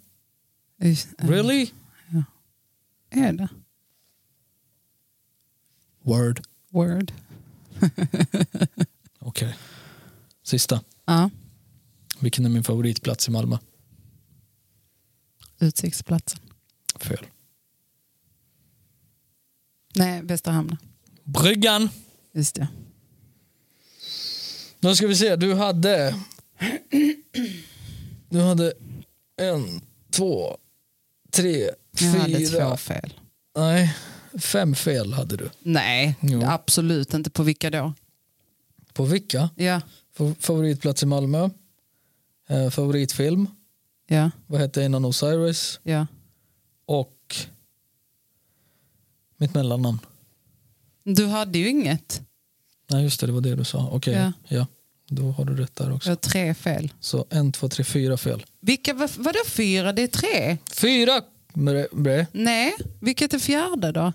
A: Is-
B: Really?
A: Är det?
B: Word.
A: Word.
B: Okej. Sista.
A: Ja,
B: Vilken är min favoritplats i Malmö?
A: utsiktsplatsen.
B: Fel.
A: Nej, Västra Hamnen.
B: Bryggan!
A: Just det.
B: Nu ska vi se, du hade... Du hade en, två, tre,
A: Jag hade
B: fyra...
A: två fel.
B: Nej, fem fel hade du.
A: Nej,
B: Jo.
A: absolut inte. På vilka då?
B: På vilka?
A: Ja,
B: Fa- Favoritplats i Malmö. Eh, favoritfilm.
A: ja,
B: Vad hette jag innan Osiris?
A: ja.
B: Och mitt mellannamn.
A: Du hade ju inget.
B: Nej just det, det var det du sa. Okej,
A: Ja.
B: ja. Då har du rätt där också.
A: Jag har tre fel.
B: Så en, två, tre, fyra fel.
A: Vilka, vad, vadå fyra? Det är tre.
B: Fyra! Bre- bre.
A: Nej, vilket är fjärde då?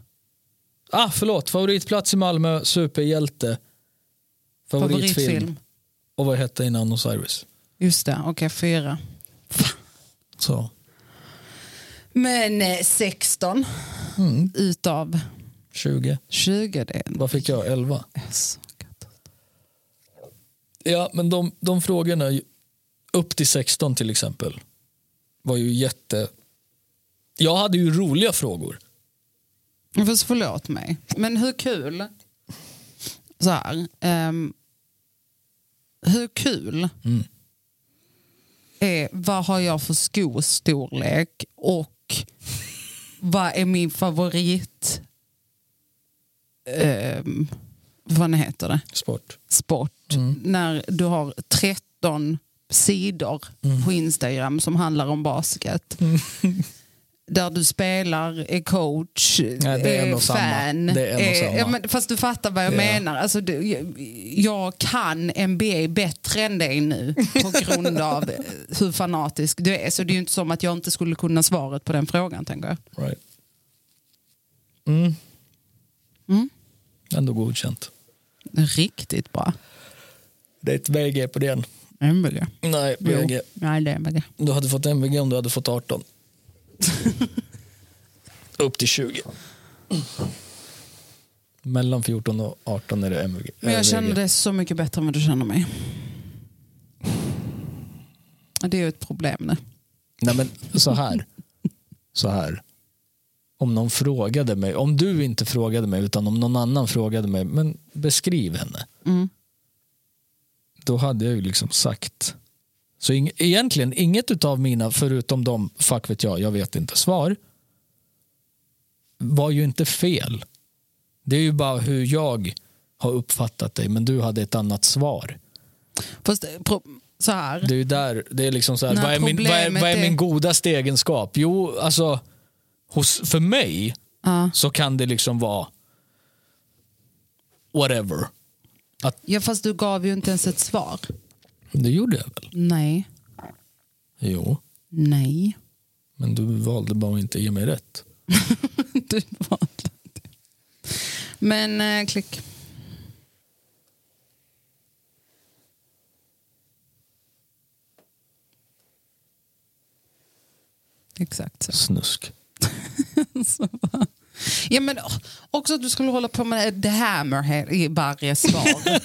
B: Ah, förlåt. Favoritplats i Malmö, superhjälte. Favoritfilm. Och vad hette innan Osiris?
A: Just det, okej fyra.
B: Så.
A: Men eh, 16
B: Mm.
A: utav
B: 20.
A: 20 det är en
B: Vad fick jag? 11.
A: så gott.
B: Ja, men de, de frågorna, ju- upp till 16 till exempel, var ju jätte... Jag hade ju roliga frågor.
A: Fast förlåt mig, men hur kul? Så här, ehm, hur kul
B: Mm.
A: är vad har jag för skostorlek och vad är min favorit ehm, vad heter det?
B: Sport.
A: sport
B: Mm.
A: när du har
B: Mm.
A: 13 sidor på Instagram som handlar om basket. där du spelar, är coach,
B: det är en och samma.
A: fan. Eh,
B: Det är en och samma.
A: ja, men, fast du fattar vad jag
B: Ja.
A: menar. Alltså, det, jag, jag kan NBA bättre än dig nu på grund av eh, hur fanatisk du är. Så det är ju inte som att jag inte skulle kunna svaret på den frågan. tänker jag.
B: Right. Mm.
A: Mm.
B: Ändå godkänt.
A: Riktigt bra.
B: Det är ett VG på den.
A: MVG.
B: Nej, VG.
A: Nej, det är MVG.
B: Du hade fått MVG om du hade fått 18. Upp till 20. Mellan 14 och 18 är det MVG.
A: Men jag
B: Eh,
A: känner
B: VG.
A: dig så mycket bättre än vad du känner mig. Och Det är ju ett problem nu.
B: Nej men så här. Så här. Om någon frågade mig, om du inte frågade mig utan om någon annan frågade mig, men beskriv henne.
A: Mm.
B: Då hade jag ju liksom sagt. Så ing- egentligen inget av mina, förutom de, fuck vet jag, jag vet inte, svar var ju inte fel. Det är ju bara hur jag har uppfattat dig, men du hade ett annat svar.
A: Fast pro- så här.
B: Det är ju där, det är liksom så här,
A: Nej,
B: vad, är min, vad, är, vad är
A: Mm. problemet är-
B: min godaste egenskap? Jo, alltså, hos, för mig
A: Ja.
B: så kan det liksom vara whatever. Att,
A: ja, fast du gav ju inte ens ett svar.
B: det gjorde jag väl?
A: Nej,
B: Jo,
A: nej.
B: men du valde bara att inte ge mig rätt.
A: du valde inte. Men eh, klick. Exakt så.
B: Snusk.
A: Så bara- Ja, men åh, också att du skulle hålla på med the hammerhead i varje svar.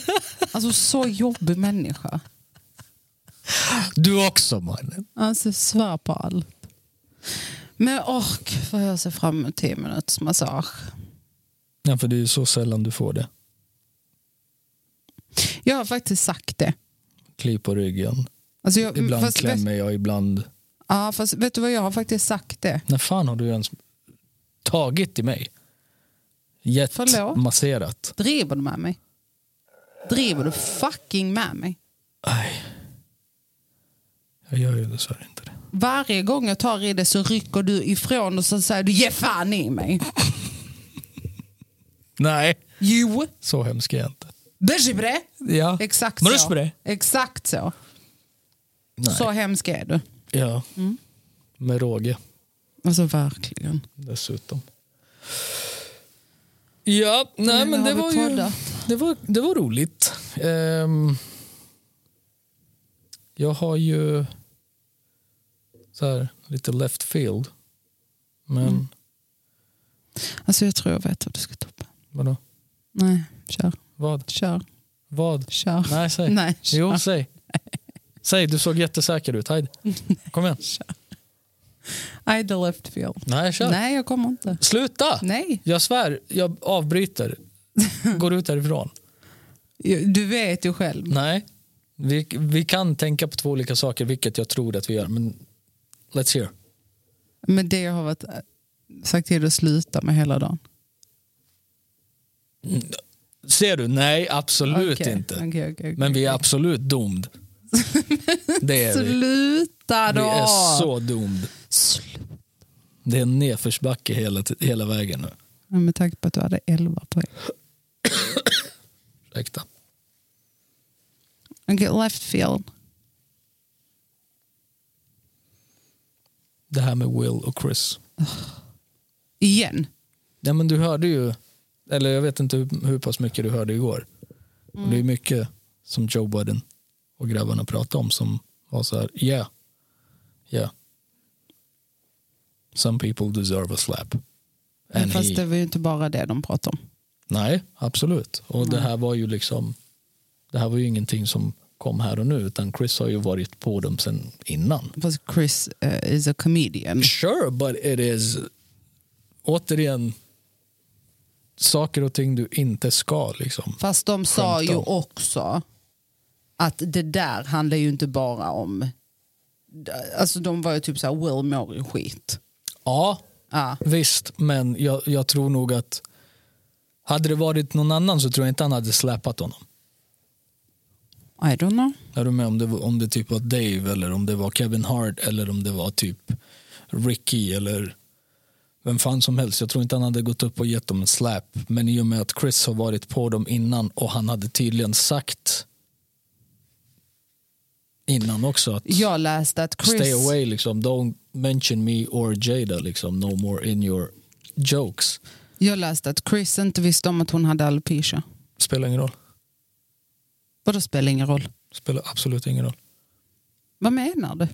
A: alltså så jobbig människa.
B: Du också mannen.
A: Alltså svär på allt. Men åh, gud, vad jag ser fram emot 10 minuters massage.
B: Ja, för det är ju så sällan du får det.
A: Jag har faktiskt sagt det.
B: Kli på ryggen.
A: Alltså jag,
B: Ibland
A: fast, vet,
B: klämmer jag, ibland...
A: ja, fast vet du vad, jag har faktiskt sagt det.
B: När fan har du ens tagit i mig? Gett,
A: Förlåt?
B: masserat.
A: Driver du med mig? Driver du fucking med mig?
B: Nej. Jag gör ju dessvärre inte det.
A: Varje gång jag tar i det så rycker du ifrån och så säger du ge fan i mig.
B: Nej.
A: Jo,
B: Så hemsk är jag inte.
A: bärs i bre.
B: Ja.
A: Exakt
B: Men röst på
A: så.
B: det.
A: Exakt så.
B: Nej.
A: Så hemsk är du.
B: Ja.
A: Mm.
B: Med råge
A: Alltså verkligen.
B: dessutom. Ja, nej
A: Men
B: men,
A: har
B: det,
A: vi
B: var ju,
A: poddat?
B: det, var, det var roligt. Ehm, jag har ju så här, lite left field. Men
A: Mm. Alltså jag tror jag vet vad du ska ta upp.
B: vadå?
A: Nej, kör.
B: Vad?
A: Kör.
B: Vad?
A: Kör.
B: Nej, säg.
A: Nej, kör.
B: Jo, säg. Säg, du såg jättesäker ut. Hej. Kom igen.
A: I the left field.
B: Nej, kör.
A: Nej, jag kommer inte.
B: Sluta!
A: Nej.
B: Jag svär, jag avbryter. Går ut härifrån.
A: Du vet ju själv.
B: Nej, vi, vi kan tänka på två olika saker, vilket jag tror att vi gör. Men let's hear.
A: Men det jag har varit, äh, sagt till dig att sluta med hela dagen.
B: Ser du? Nej, absolut
A: Okej,
B: inte.
A: okej, okej, okej.
B: Men vi är absolut doomed. Det är vi.
A: Sluta
B: Vi
A: då!
B: är så doomed.
A: Sl-
B: Det är en nedförsbacke hela, ti- hela vägen nu.
A: Ja, Med tanke på att du hade 11 poäng.
B: Ursäkta.
A: Okej, left field.
B: Det här med Will och Chris.
A: Igen.
B: Ja, men du hörde ju, eller jag vet inte hur, hur pass mycket du hörde igår. Och
A: Mm.
B: det är mycket som Joe Biden och grabbarna pratade om som var så här, yeah, yeah. Some people deserve a slap.
A: Men
B: And
A: fast
B: he,
A: det var ju inte bara det de pratade om.
B: Nej, absolut. Och det här var ju liksom, det här var ju ingenting som kom här och nu, utan Chris har ju varit på dem sen innan.
A: Fast Chris eh, is a comedian.
B: Sure, but it is återigen saker och ting du inte ska liksom.
A: Fast de sa
B: Skämt
A: ju
B: om.
A: också att det där handlar ju inte bara om... Alltså de var ju typ såhär, Will mår ju skit.
B: Ja,
A: Ja.
B: visst, men jag, jag tror nog att hade det varit någon annan så tror jag inte han hade släpat honom.
A: I don't know.
B: Är du med? Om det, var- om det typ var Dave eller om det var Kevin Hart eller om det var typ Ricky eller vem fan som helst. Jag tror inte han hade gått upp och gett dem en släp. Men i och med att Chris har varit på dem innan och han hade tydligen sagt innan också att
A: Jag läste att Chris...
B: stay away, liksom. don't mention me or Jada, liksom. no more in your jokes.
A: Jag läste att Chris inte visste om att hon hade alopecia.
B: Spelar ingen roll.
A: Vadå spelar ingen roll?
B: Spelar absolut ingen roll.
A: Vad menar du?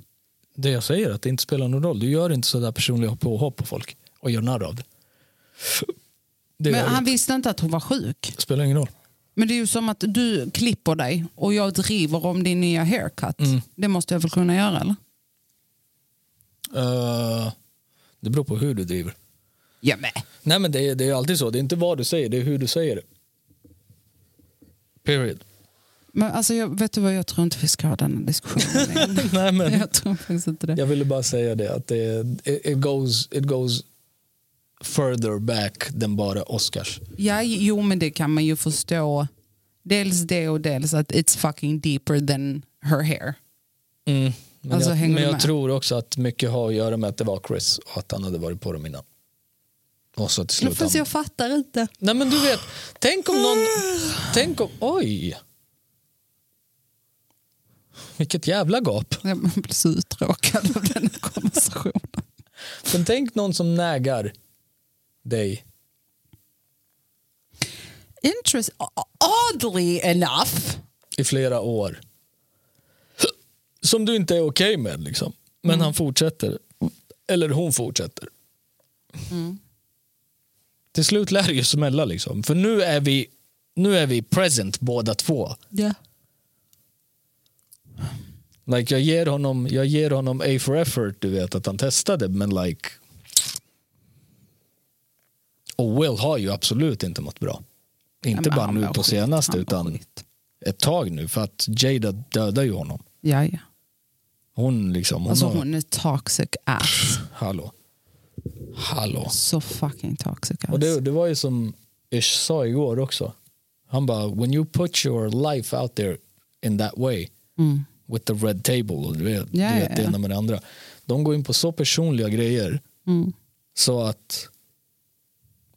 B: Det jag säger är att det inte spelar någon roll. Du gör inte sådär personliga påhopp på folk och gör narr av det. Det
A: Men
B: gör
A: han
B: du.
A: visste inte att hon var sjuk.
B: spelar ingen roll.
A: Men det är ju som att du klipper dig och jag driver om din nya haircut.
B: Mm.
A: Det måste jag väl kunna göra eller?
B: Eh, det beror på hur du driver.
A: Ja, men.
B: Nej men det är, det är alltid så. Det är inte vad du säger, det är hur du säger det. Period.
A: men alltså, jag, vet du vad, jag tror inte vi ska ha den här diskussionen längre.
B: Nej, men,
A: Jag tror faktiskt inte det.
B: jag ville bara säga det att det, it, it, goes, it goes further back than bara Oscars.
A: Ja, jo, men det kan man ju förstå. Dels det och dels att it's fucking deeper than her hair.
B: Mm, Men
A: Alltså,
B: jag,
A: hänger
B: men
A: du
B: jag
A: med?
B: tror också att mycket har att göra med att det var Chris och att han hade varit på dem innan. Och så till slut
A: Fast
B: han-
A: jag fattar inte.
B: Nej men du vet, tänk om någon... tänk om... Oj! Vilket jävla gap.
A: Jag blir så uttråkad av den här konversationen.
B: Men tänk någon som nägar dig.
A: Interest, oddly enough.
B: i flera år. Som du inte är okej med. Liksom. Men
A: Mm.
B: han fortsätter. Eller hon fortsätter.
A: Mm.
B: Till slut lär det ju smälla. Liksom. För nu är, vi, nu är vi present båda två.
A: Ja.
B: Like, jag, ger honom, jag ger honom A for effort, du vet att han testade. Men like... Och Will har ju absolut inte mått bra. Inte
A: men
B: bara
A: han
B: nu
A: mår
B: på
A: skit,
B: senaste
A: han mår
B: utan
A: skit.
B: ett tag nu. För att Jada dödar ju honom.
A: Ja, ja.
B: Hon liksom, hon
A: Alltså
B: har...
A: hon är toxic ass.
B: Hallå. Hallå.
A: Så fucking toxic ass.
B: Och det, det var ju som Ish sa igår också. Han bara, when you put your life out there in that way
A: Mm.
B: with the red table och du vet,
A: Ja,
B: du
A: ja,
B: vet det
A: ja.
B: ena med det andra. De går in på så personliga grejer
A: Mm.
B: så att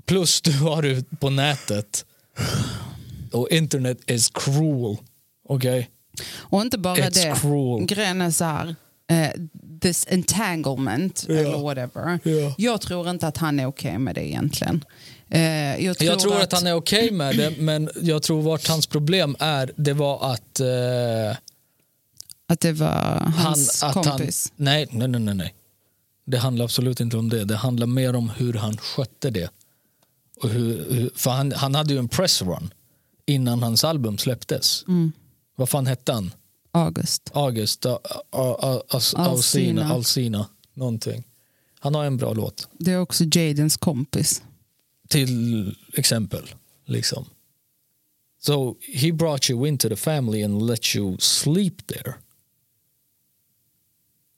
B: plus du har det på nätet och internet is cruel. Okej?
A: Och inte bara
B: It's
A: det.
B: cruel.
A: Grejen är så här, eh, this entanglement
B: Ja.
A: eller whatever.
B: Ja.
A: Jag tror inte att han är okej med det egentligen. Eh, jag tror,
B: Jag tror att han är okej med det men jag tror vart hans problem är det var att eh,
A: att det var hans
B: han, att
A: kompis.
B: Han, nej, nej, nej, nej, nej. Det handlar absolut inte om det. Det handlar mer om hur han skötte det. Och hur, hur, för han, han hade ju en press run innan hans album släpptes.
A: Mm.
B: Vad fan hette han?
A: August.
B: August, A- A- A- As- Alsina,
A: Alsina.
B: Alsina, någonting. Han har en bra låt,
A: Det är också Jadens kompis.
B: till exempel. Liksom. So he brought you into the family and let you sleep there.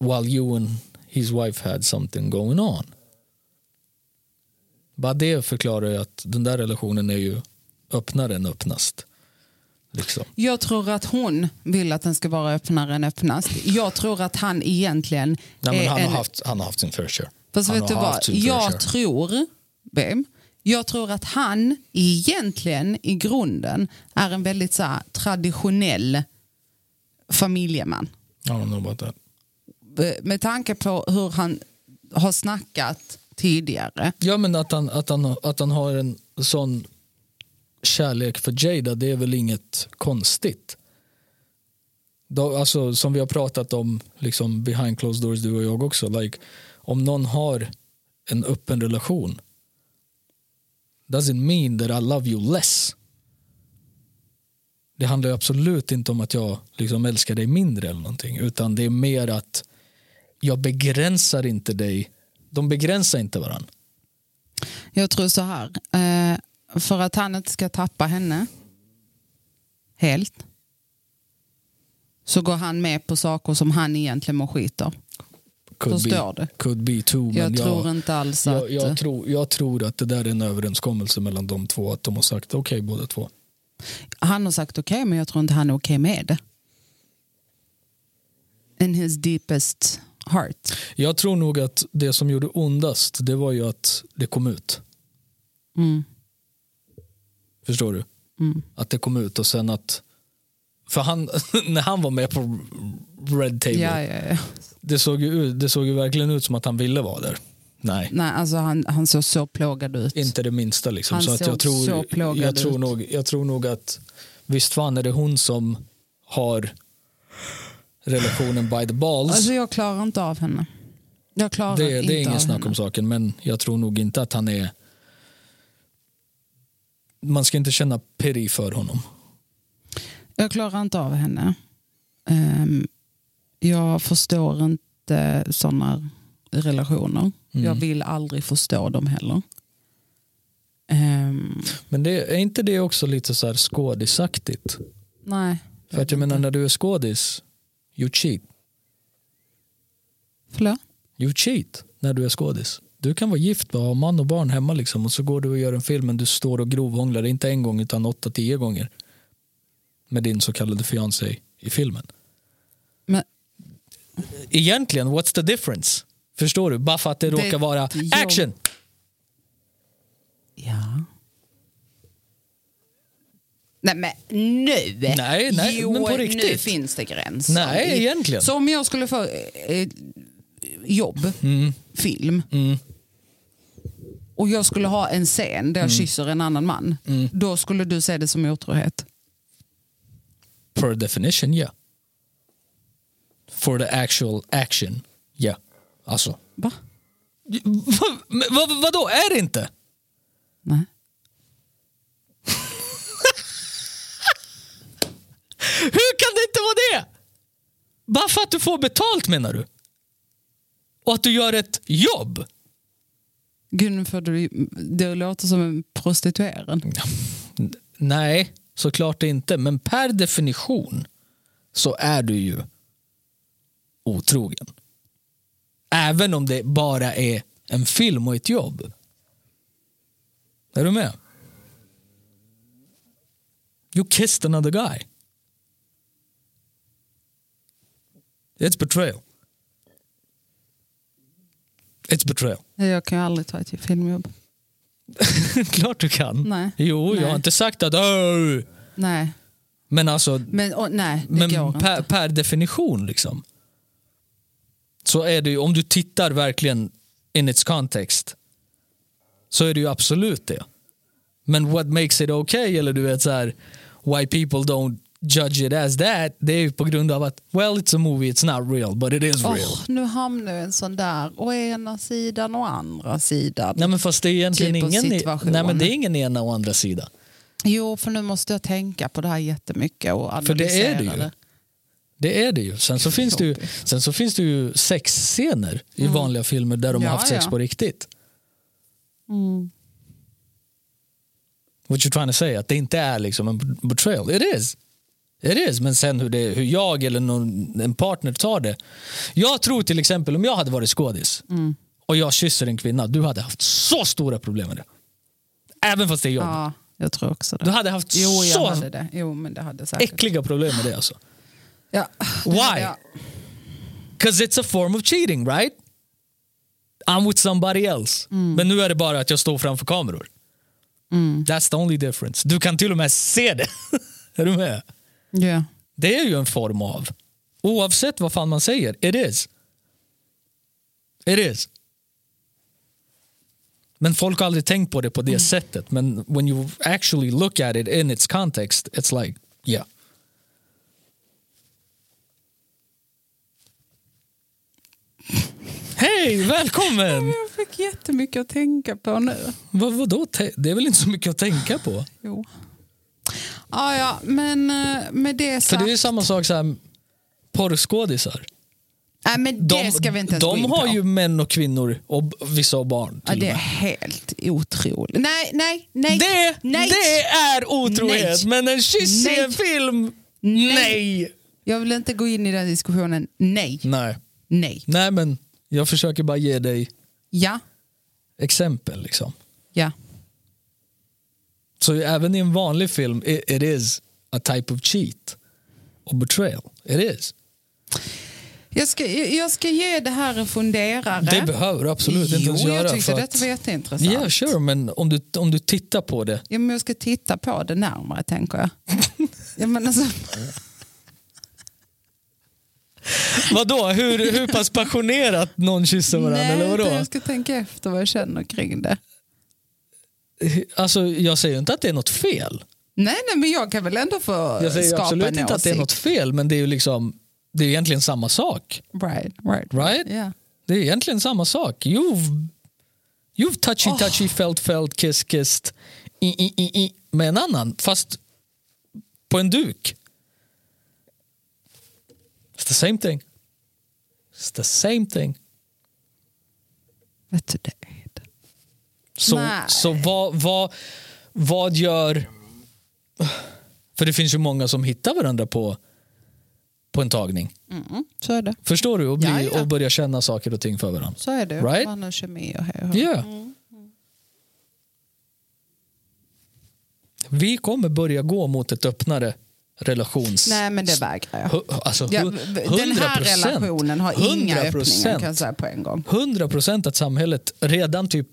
B: while you and his wife had something going on. Bara det förklarar ju att den där relationen är ju öppnare än öppnast. Liksom.
A: Jag tror att hon vill att den ska vara öppnare än öppnast. Jag tror att han egentligen
B: Nej, men
A: är
B: han,
A: Eh, en...
B: har haft, han har haft sin fair share.
A: Fast
B: han
A: vet du
B: har
A: vad?
B: haft sin fair share.
A: Jag tror, babe, jag tror att han egentligen i grunden är en väldigt så här, traditionell familjeman.
B: I don't know about that.
A: Eh, Med tanke på hur han har snackat tidigare.
B: Ja, men att han, att, han, att han har en sån kärlek för Jada, det är väl inget konstigt. Då, alltså, som vi har pratat om liksom, behind closed doors, du och jag också. Like, om någon har en öppen relation doesn't mean that I love you less. Det handlar ju absolut inte om att jag liksom, älskar dig mindre eller någonting, utan det är mer att jag begränsar inte dig. De begränsar inte varandra.
A: Jag tror så här, eh, för att han inte ska tappa henne helt så går han med på saker som han egentligen mår skit av.
B: Could
A: Förstår
B: be,
A: du?
B: Could be too,
A: Jag
B: men
A: tror
B: jag,
A: inte alls att...
B: jag, jag, tror, jag tror att det där är en överenskommelse mellan de två. Att de har sagt okej båda två.
A: Han har sagt okej, men jag tror inte han är okej med det. In his deepest heart.
B: Jag tror nog att det som gjorde ondast det var ju att det kom ut.
A: Mm.
B: Förstår du?
A: Mm.
B: Att det kom ut och sen att... För han, när han var med på Red Table,
A: Ja, ja, ja.
B: det, såg ju, ut- det såg ju verkligen ut som att han ville vara där. Nej,
A: Nej, alltså han, han såg så plågad ut.
B: inte det minsta. Liksom.
A: Han
B: så att
A: såg
B: jag, tror,
A: så plågad
B: jag, tror
A: ut.
B: nog, jag tror nog att visst fan är det hon som har relationen by the balls.
A: Alltså jag klarar inte av henne. Jag klarar
B: det,
A: inte
B: det är
A: av
B: ingen snack
A: henne.
B: om saken, men jag tror nog inte att han är... Man ska inte känna peri för honom.
A: Jag klarar inte av henne. Ehm, jag förstår inte sådana relationer.
B: Mm.
A: Jag vill aldrig förstå dem heller. Ehm,
B: Men det, är inte det också lite så här skådisaktigt?
A: nej.
B: För att jag menar när du är skådis, you cheat.
A: Förlåt?
B: You cheat när du är skådis. Du kan vara gift och ha man och barn hemma liksom, och så går du och gör en film men du står och grovhånglar, inte en gång utan åtta, tio gånger med din så kallade fiancé i filmen.
A: Men,
B: Egentligen, what's the difference? Förstår du? Bara för att det, råkar vara
A: jo.
B: action!
A: ja. Nej men nu!
B: Nej, nej,
A: jo,
B: men på
A: nu
B: riktigt.
A: finns det gränser.
B: Nej, egentligen.
A: Så om jag skulle få eh, eh, jobb,
B: Mm.
A: film och jag skulle ha en scen där jag
B: Mm.
A: kysser en annan man, då skulle du se det som otrohet?
B: Per definition, ja. For the actual action, ja. Alltså.
A: Va?
B: Va, men vad, vadå, är det inte?
A: Nej.
B: Hur kan det inte vara det? Bara för att du får betalt menar du? Och att du gör ett jobb?
A: Gud, nu får du, du låter som en prostituerad.
B: N- Nej, såklart inte. Men per definition så är du ju otrogen. Även om det bara är en film och ett jobb. Är du med? You kissed another guy. It's betrayal. It's betrayal.
A: Jag kan ju aldrig ta ett filmjobb.
B: Klart du kan.
A: Nej.
B: Jo, jag
A: Nej.
B: har inte sagt att... "Åh!"
A: Nej,
B: Men alltså,
A: men, åh, nej det
B: men
A: går inte.
B: per, per definition liksom. Så är det ju, om du tittar verkligen in its context. Så är det ju absolut det. Men what makes it okay, eller du vet så här, why people don't judge it as that. Det är ju på grund av att, well it's a movie, it's not real, but it is real.
A: Åh, nu hamnar jag i en sån där, å ena sidan och andra sidan.
B: Nej men fast det är egentligen
A: Typ av
B: ingen,
A: situation.
B: nej, men det är ingen ena och andra sida.
A: Jo, för nu måste jag tänka på det här jättemycket och
B: För
A: analysera
B: det är det ju. Det är det ju. Sen så finns det ju, sen så finns det ju sexscener i vanliga filmer där de
A: Mm. Ja,
B: har haft sex
A: ja.
B: på riktigt.
A: Mm.
B: What you're trying to say, att det inte är liksom en betrayal. It is. It is. Men sen hur, det, hur jag eller någon, en partner tar det. Jag tror till exempel om jag hade varit skådis
A: Mm.
B: och jag kysser en kvinna, du hade haft så stora problem med det. Även fast det är jobb.
A: Ja, jag tror också det.
B: Du hade haft
A: Jo, jag
B: så
A: hade det. Jo, men det hade säkert.
B: äckliga problem med det alltså.
A: ja, det
B: Why?
A: hade jag.
B: Because it's a form of cheating, right? I'm with somebody else. Men nu är det bara att jag står framför kameror. That's the only difference. Du kan till och med se det. är du med?
A: Ja.
B: Det är ju en form av, oavsett vad fan man säger, it is. It is. Men folk har aldrig tänkt på det på det sättet. Men when you actually look at it in its context, it's like, yeah. Hej, välkommen!
A: Jag fick jättemycket att tänka på nu.
B: Vad, vadå? Te- Det är väl inte så mycket att tänka på?
A: Jo. Ah, ja, men eh, med det
B: För
A: sagt...
B: det är ju samma sak som porrskådisar.
A: Nej, men det ska vi inte ens gå
B: de
A: in
B: har
A: på.
B: ju män och kvinnor och b- vissa har barn.
A: Ja,
B: till
A: det är
B: och med.
A: helt otroligt. Nej, nej, nej.
B: det,
A: nej.
B: det är otrohet,
A: Nej.
B: men en kyss i
A: Nej.
B: en film?
A: Nej.
B: Nej.
A: Jag vill inte gå in i den diskussionen. Nej,
B: Nej.
A: nej.
B: Nej, men jag försöker bara ge dig
A: Ja,
B: exempel. Liksom.
A: ja.
B: Så även i en vanlig film, i- it is a type of cheat och betrayal. It is.
A: Jag ska, jag ska ge det här en funderare.
B: Det behöver du absolut inte
A: jo,
B: ens göra.
A: jag tyckte
B: för
A: detta
B: att-
A: var jätteintressant.
B: Ja, sure, men om du, om du tittar på det.
A: Ja, men jag ska titta på det närmare tänker jag. ja, men alltså,
B: Vadå, hur, hur pass passionerat någon kysser varandra?
A: nej,
B: eller
A: utan
B: vadå?
A: jag ska tänka efter vad jag känner kring det.
B: Alltså, jag säger inte att det är något fel.
A: Nej, nej men jag kan väl ändå få
B: Jag säger
A: skapa
B: absolut
A: en
B: inte att det är något
A: åsikt.
B: fel, men det är ju liksom, det är egentligen samma sak.
A: Right, right.
B: Right?
A: Ja.
B: Det är egentligen samma sak. You've, you've touchy touchy felt felt kiss kissed i, i, i, i, med en annan, fast på en duk. It's the same thing. It's the same thing.
A: Vet du, det är det.
B: Så,
A: Nej.
B: så vad, vad, vad gör... För det finns ju många som hittar varandra på, på en tagning.
A: Mm, så är det.
B: Förstår du? Och, blir,
A: Ja, ja.
B: och börjar känna saker och ting för varandra.
A: Så är det.
B: Right?
A: Man har kemi och hej och
B: Ja.
A: hå. mm.
B: Vi kommer börja gå mot ett öppnare relations...
A: Nej, men det vägrar jag.
B: Hu- Alltså,
A: Ja,
B: hu-
A: den här
B: 100%.
A: relationen har inga
B: 100%.
A: öppningar kan jag säga på en gång.
B: 100 procent att samhället redan typ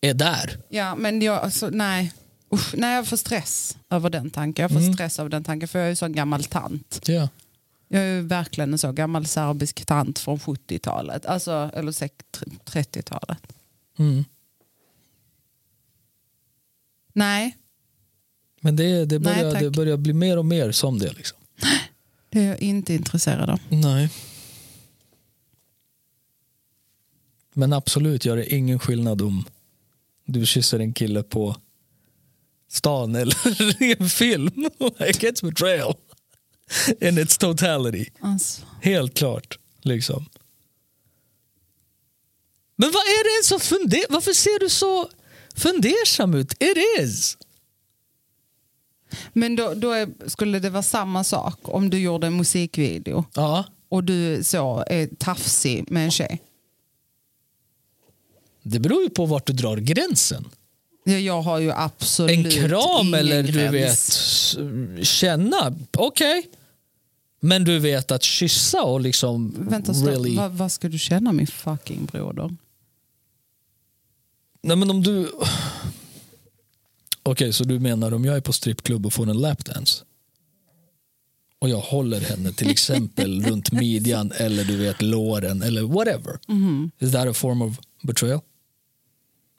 B: är där.
A: Ja, men jag, alltså, nej. Usch, nej, jag får stress över den tanken. Jag får
B: Mm.
A: stress över den tanken för jag är ju sån gammal tant.
B: Ja.
A: Jag är ju verkligen en så gammal serbisk tant från 70-talet. Alltså, eller säkert 30-talet.
B: Mm.
A: Nej,
B: Men det, det,
A: Nej,
B: börjar,
A: tack.
B: det börjar bli mer och mer som det. Liksom.
A: det är jag inte intresserad av.
B: Nej. Men absolut gör det ingen skillnad om du kysser en kille på stan eller i en film. Like it's betrayal in its totality.
A: Alltså,
B: Helt klart. Liksom. Men vad är det ens som funder... Varför ser du så fundersam ut? It is.
A: men då, då är, skulle det vara samma sak om du gjorde en musikvideo
B: Ja,
A: och du så är tafsig med en tjej.
B: det beror ju på vart du drar gränsen.
A: Ja, Jag har ju absolut
B: en kram
A: ingen
B: eller du
A: gräns.
B: vet s- känna, okej. Men du vet att kyssa och liksom
A: Vänta, stopp.
B: really...
A: Vad, vad ska du känna min fucking broder?
B: Nej men om du... Okej, så du menar om jag är på strippklubb och får en lapdance och jag håller henne till exempel runt midjan eller du vet låren eller whatever.
A: Mm-hmm.
B: Is that a form of betrayal?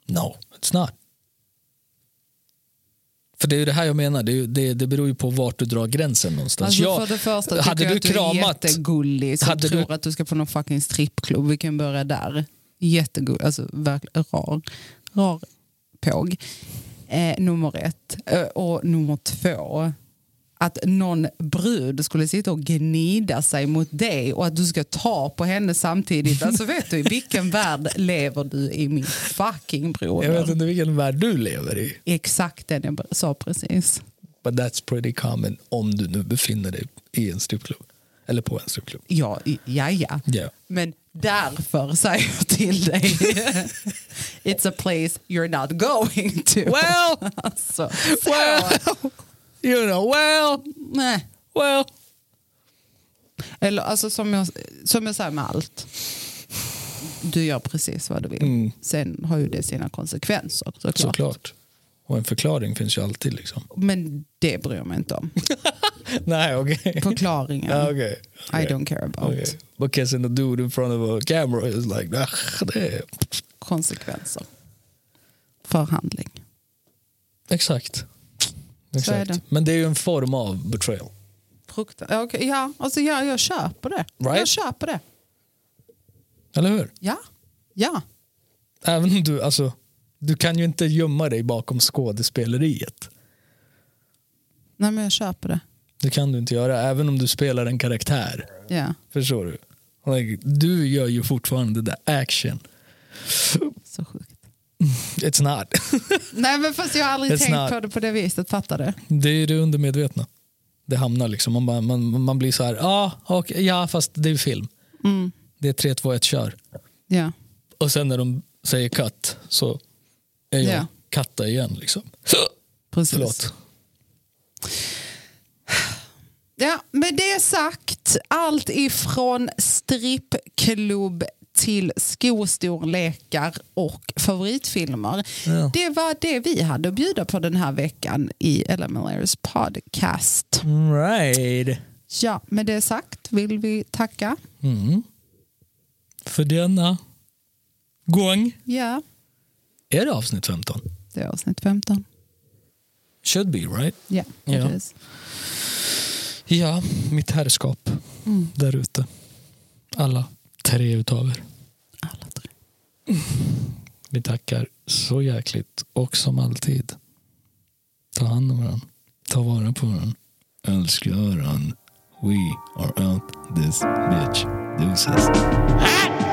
B: No, it's not. För det är ju det här jag menar, det, är ju, det, det beror ju på vart du drar gränsen någonstans.
A: Alltså,
B: jag,
A: för det första tycker
B: hade
A: jag
B: du
A: att du är
B: kramat...
A: jättegullig som
B: hade
A: tror
B: du-
A: att du ska på någon fucking strippklubb. Vi kan börja där. Jättegullig, alltså verkligen rar, rar påg. Eh, nummer ett. Eh, och nummer två. Att någon brud skulle sitta och gnida sig mot dig och att du ska ta på henne samtidigt. Alltså vet du, i vilken värld lever du i min fucking broder?
B: Jag vet inte vilken värld du lever i.
A: Exakt den jag sa precis.
B: But that's pretty common om du nu befinner dig i en strippklubb. Eller på en strippklubb.
A: Ja, i- ja, ja.
B: Ja.
A: Men därför säger jag till dig. It's a place you're not going to.
B: Well,
A: Alltså, så.
B: well, you know, well,
A: Nej.
B: well.
A: Eller alltså som jag, som jag säger med allt. Du gör precis vad du vill. Sen har ju det sina konsekvenser såklart.
B: Mm. Såklart. Och en förklaring finns ju alltid liksom.
A: Men det bryr jag mig inte om.
B: Nej, okej.
A: Förklaringen,
B: Ja, Okej.
A: Mm. I don't care about.
B: Okej. But kissing a dude in front of a camera is like, ah, det är...
A: Konsekvenser. För handling.
B: Exakt.
A: Så är det.
B: Men det är ju en form av betrayal.
A: Fruktan- ja, okej, ja, alltså, ja, jag köper det. Jag
B: Right?
A: köper det.
B: Eller hur?
A: Ja. ja.
B: Även om du, alltså, du kan ju inte gömma dig bakom skådespeleriet.
A: Nej, men jag köper det.
B: Det kan du inte göra, även om du spelar en karaktär.
A: Ja,
B: Förstår du? Like, du gör ju fortfarande the action.
A: så sjukt.
B: It's not.
A: Nej, men fast jag har aldrig
B: It's
A: tänkt
B: not-
A: på det på det viset. Fattar du?
B: Det är det undermedvetna. Det hamnar liksom. Man, bara, man, man blir så här, ah, okej, ja fast det är film.
A: Mm.
B: Det är 3, 2, 1, kör.
A: Ja.
B: Och sen när de säger cut så är jag
A: Ja.
B: katta igen. Liksom.
A: Precis.
B: Förlåt.
A: Ja, med det sagt, allt ifrån strippklubb till skostorlekar och favoritfilmer.
B: Ja.
A: Det var det vi hade att bjuda på den här veckan i LMLRs podcast.
B: Right.
A: Ja, med det sagt vill vi tacka.
B: Mm. För denna gång
A: Ja,
B: är det avsnitt 15.
A: det är avsnitt 15.
B: Should be right.
A: Ja,
B: Ja.
A: precis.
B: Ja, mitt herrskap
A: Mm.
B: där ute. Alla tre utav er.
A: Alla tre.
B: Vi tackar så jäkligt och som alltid. Ta hand om varandra. Ta vara på varandra. Älskar varandra. We are out this bitch. Deuces.
C: Hot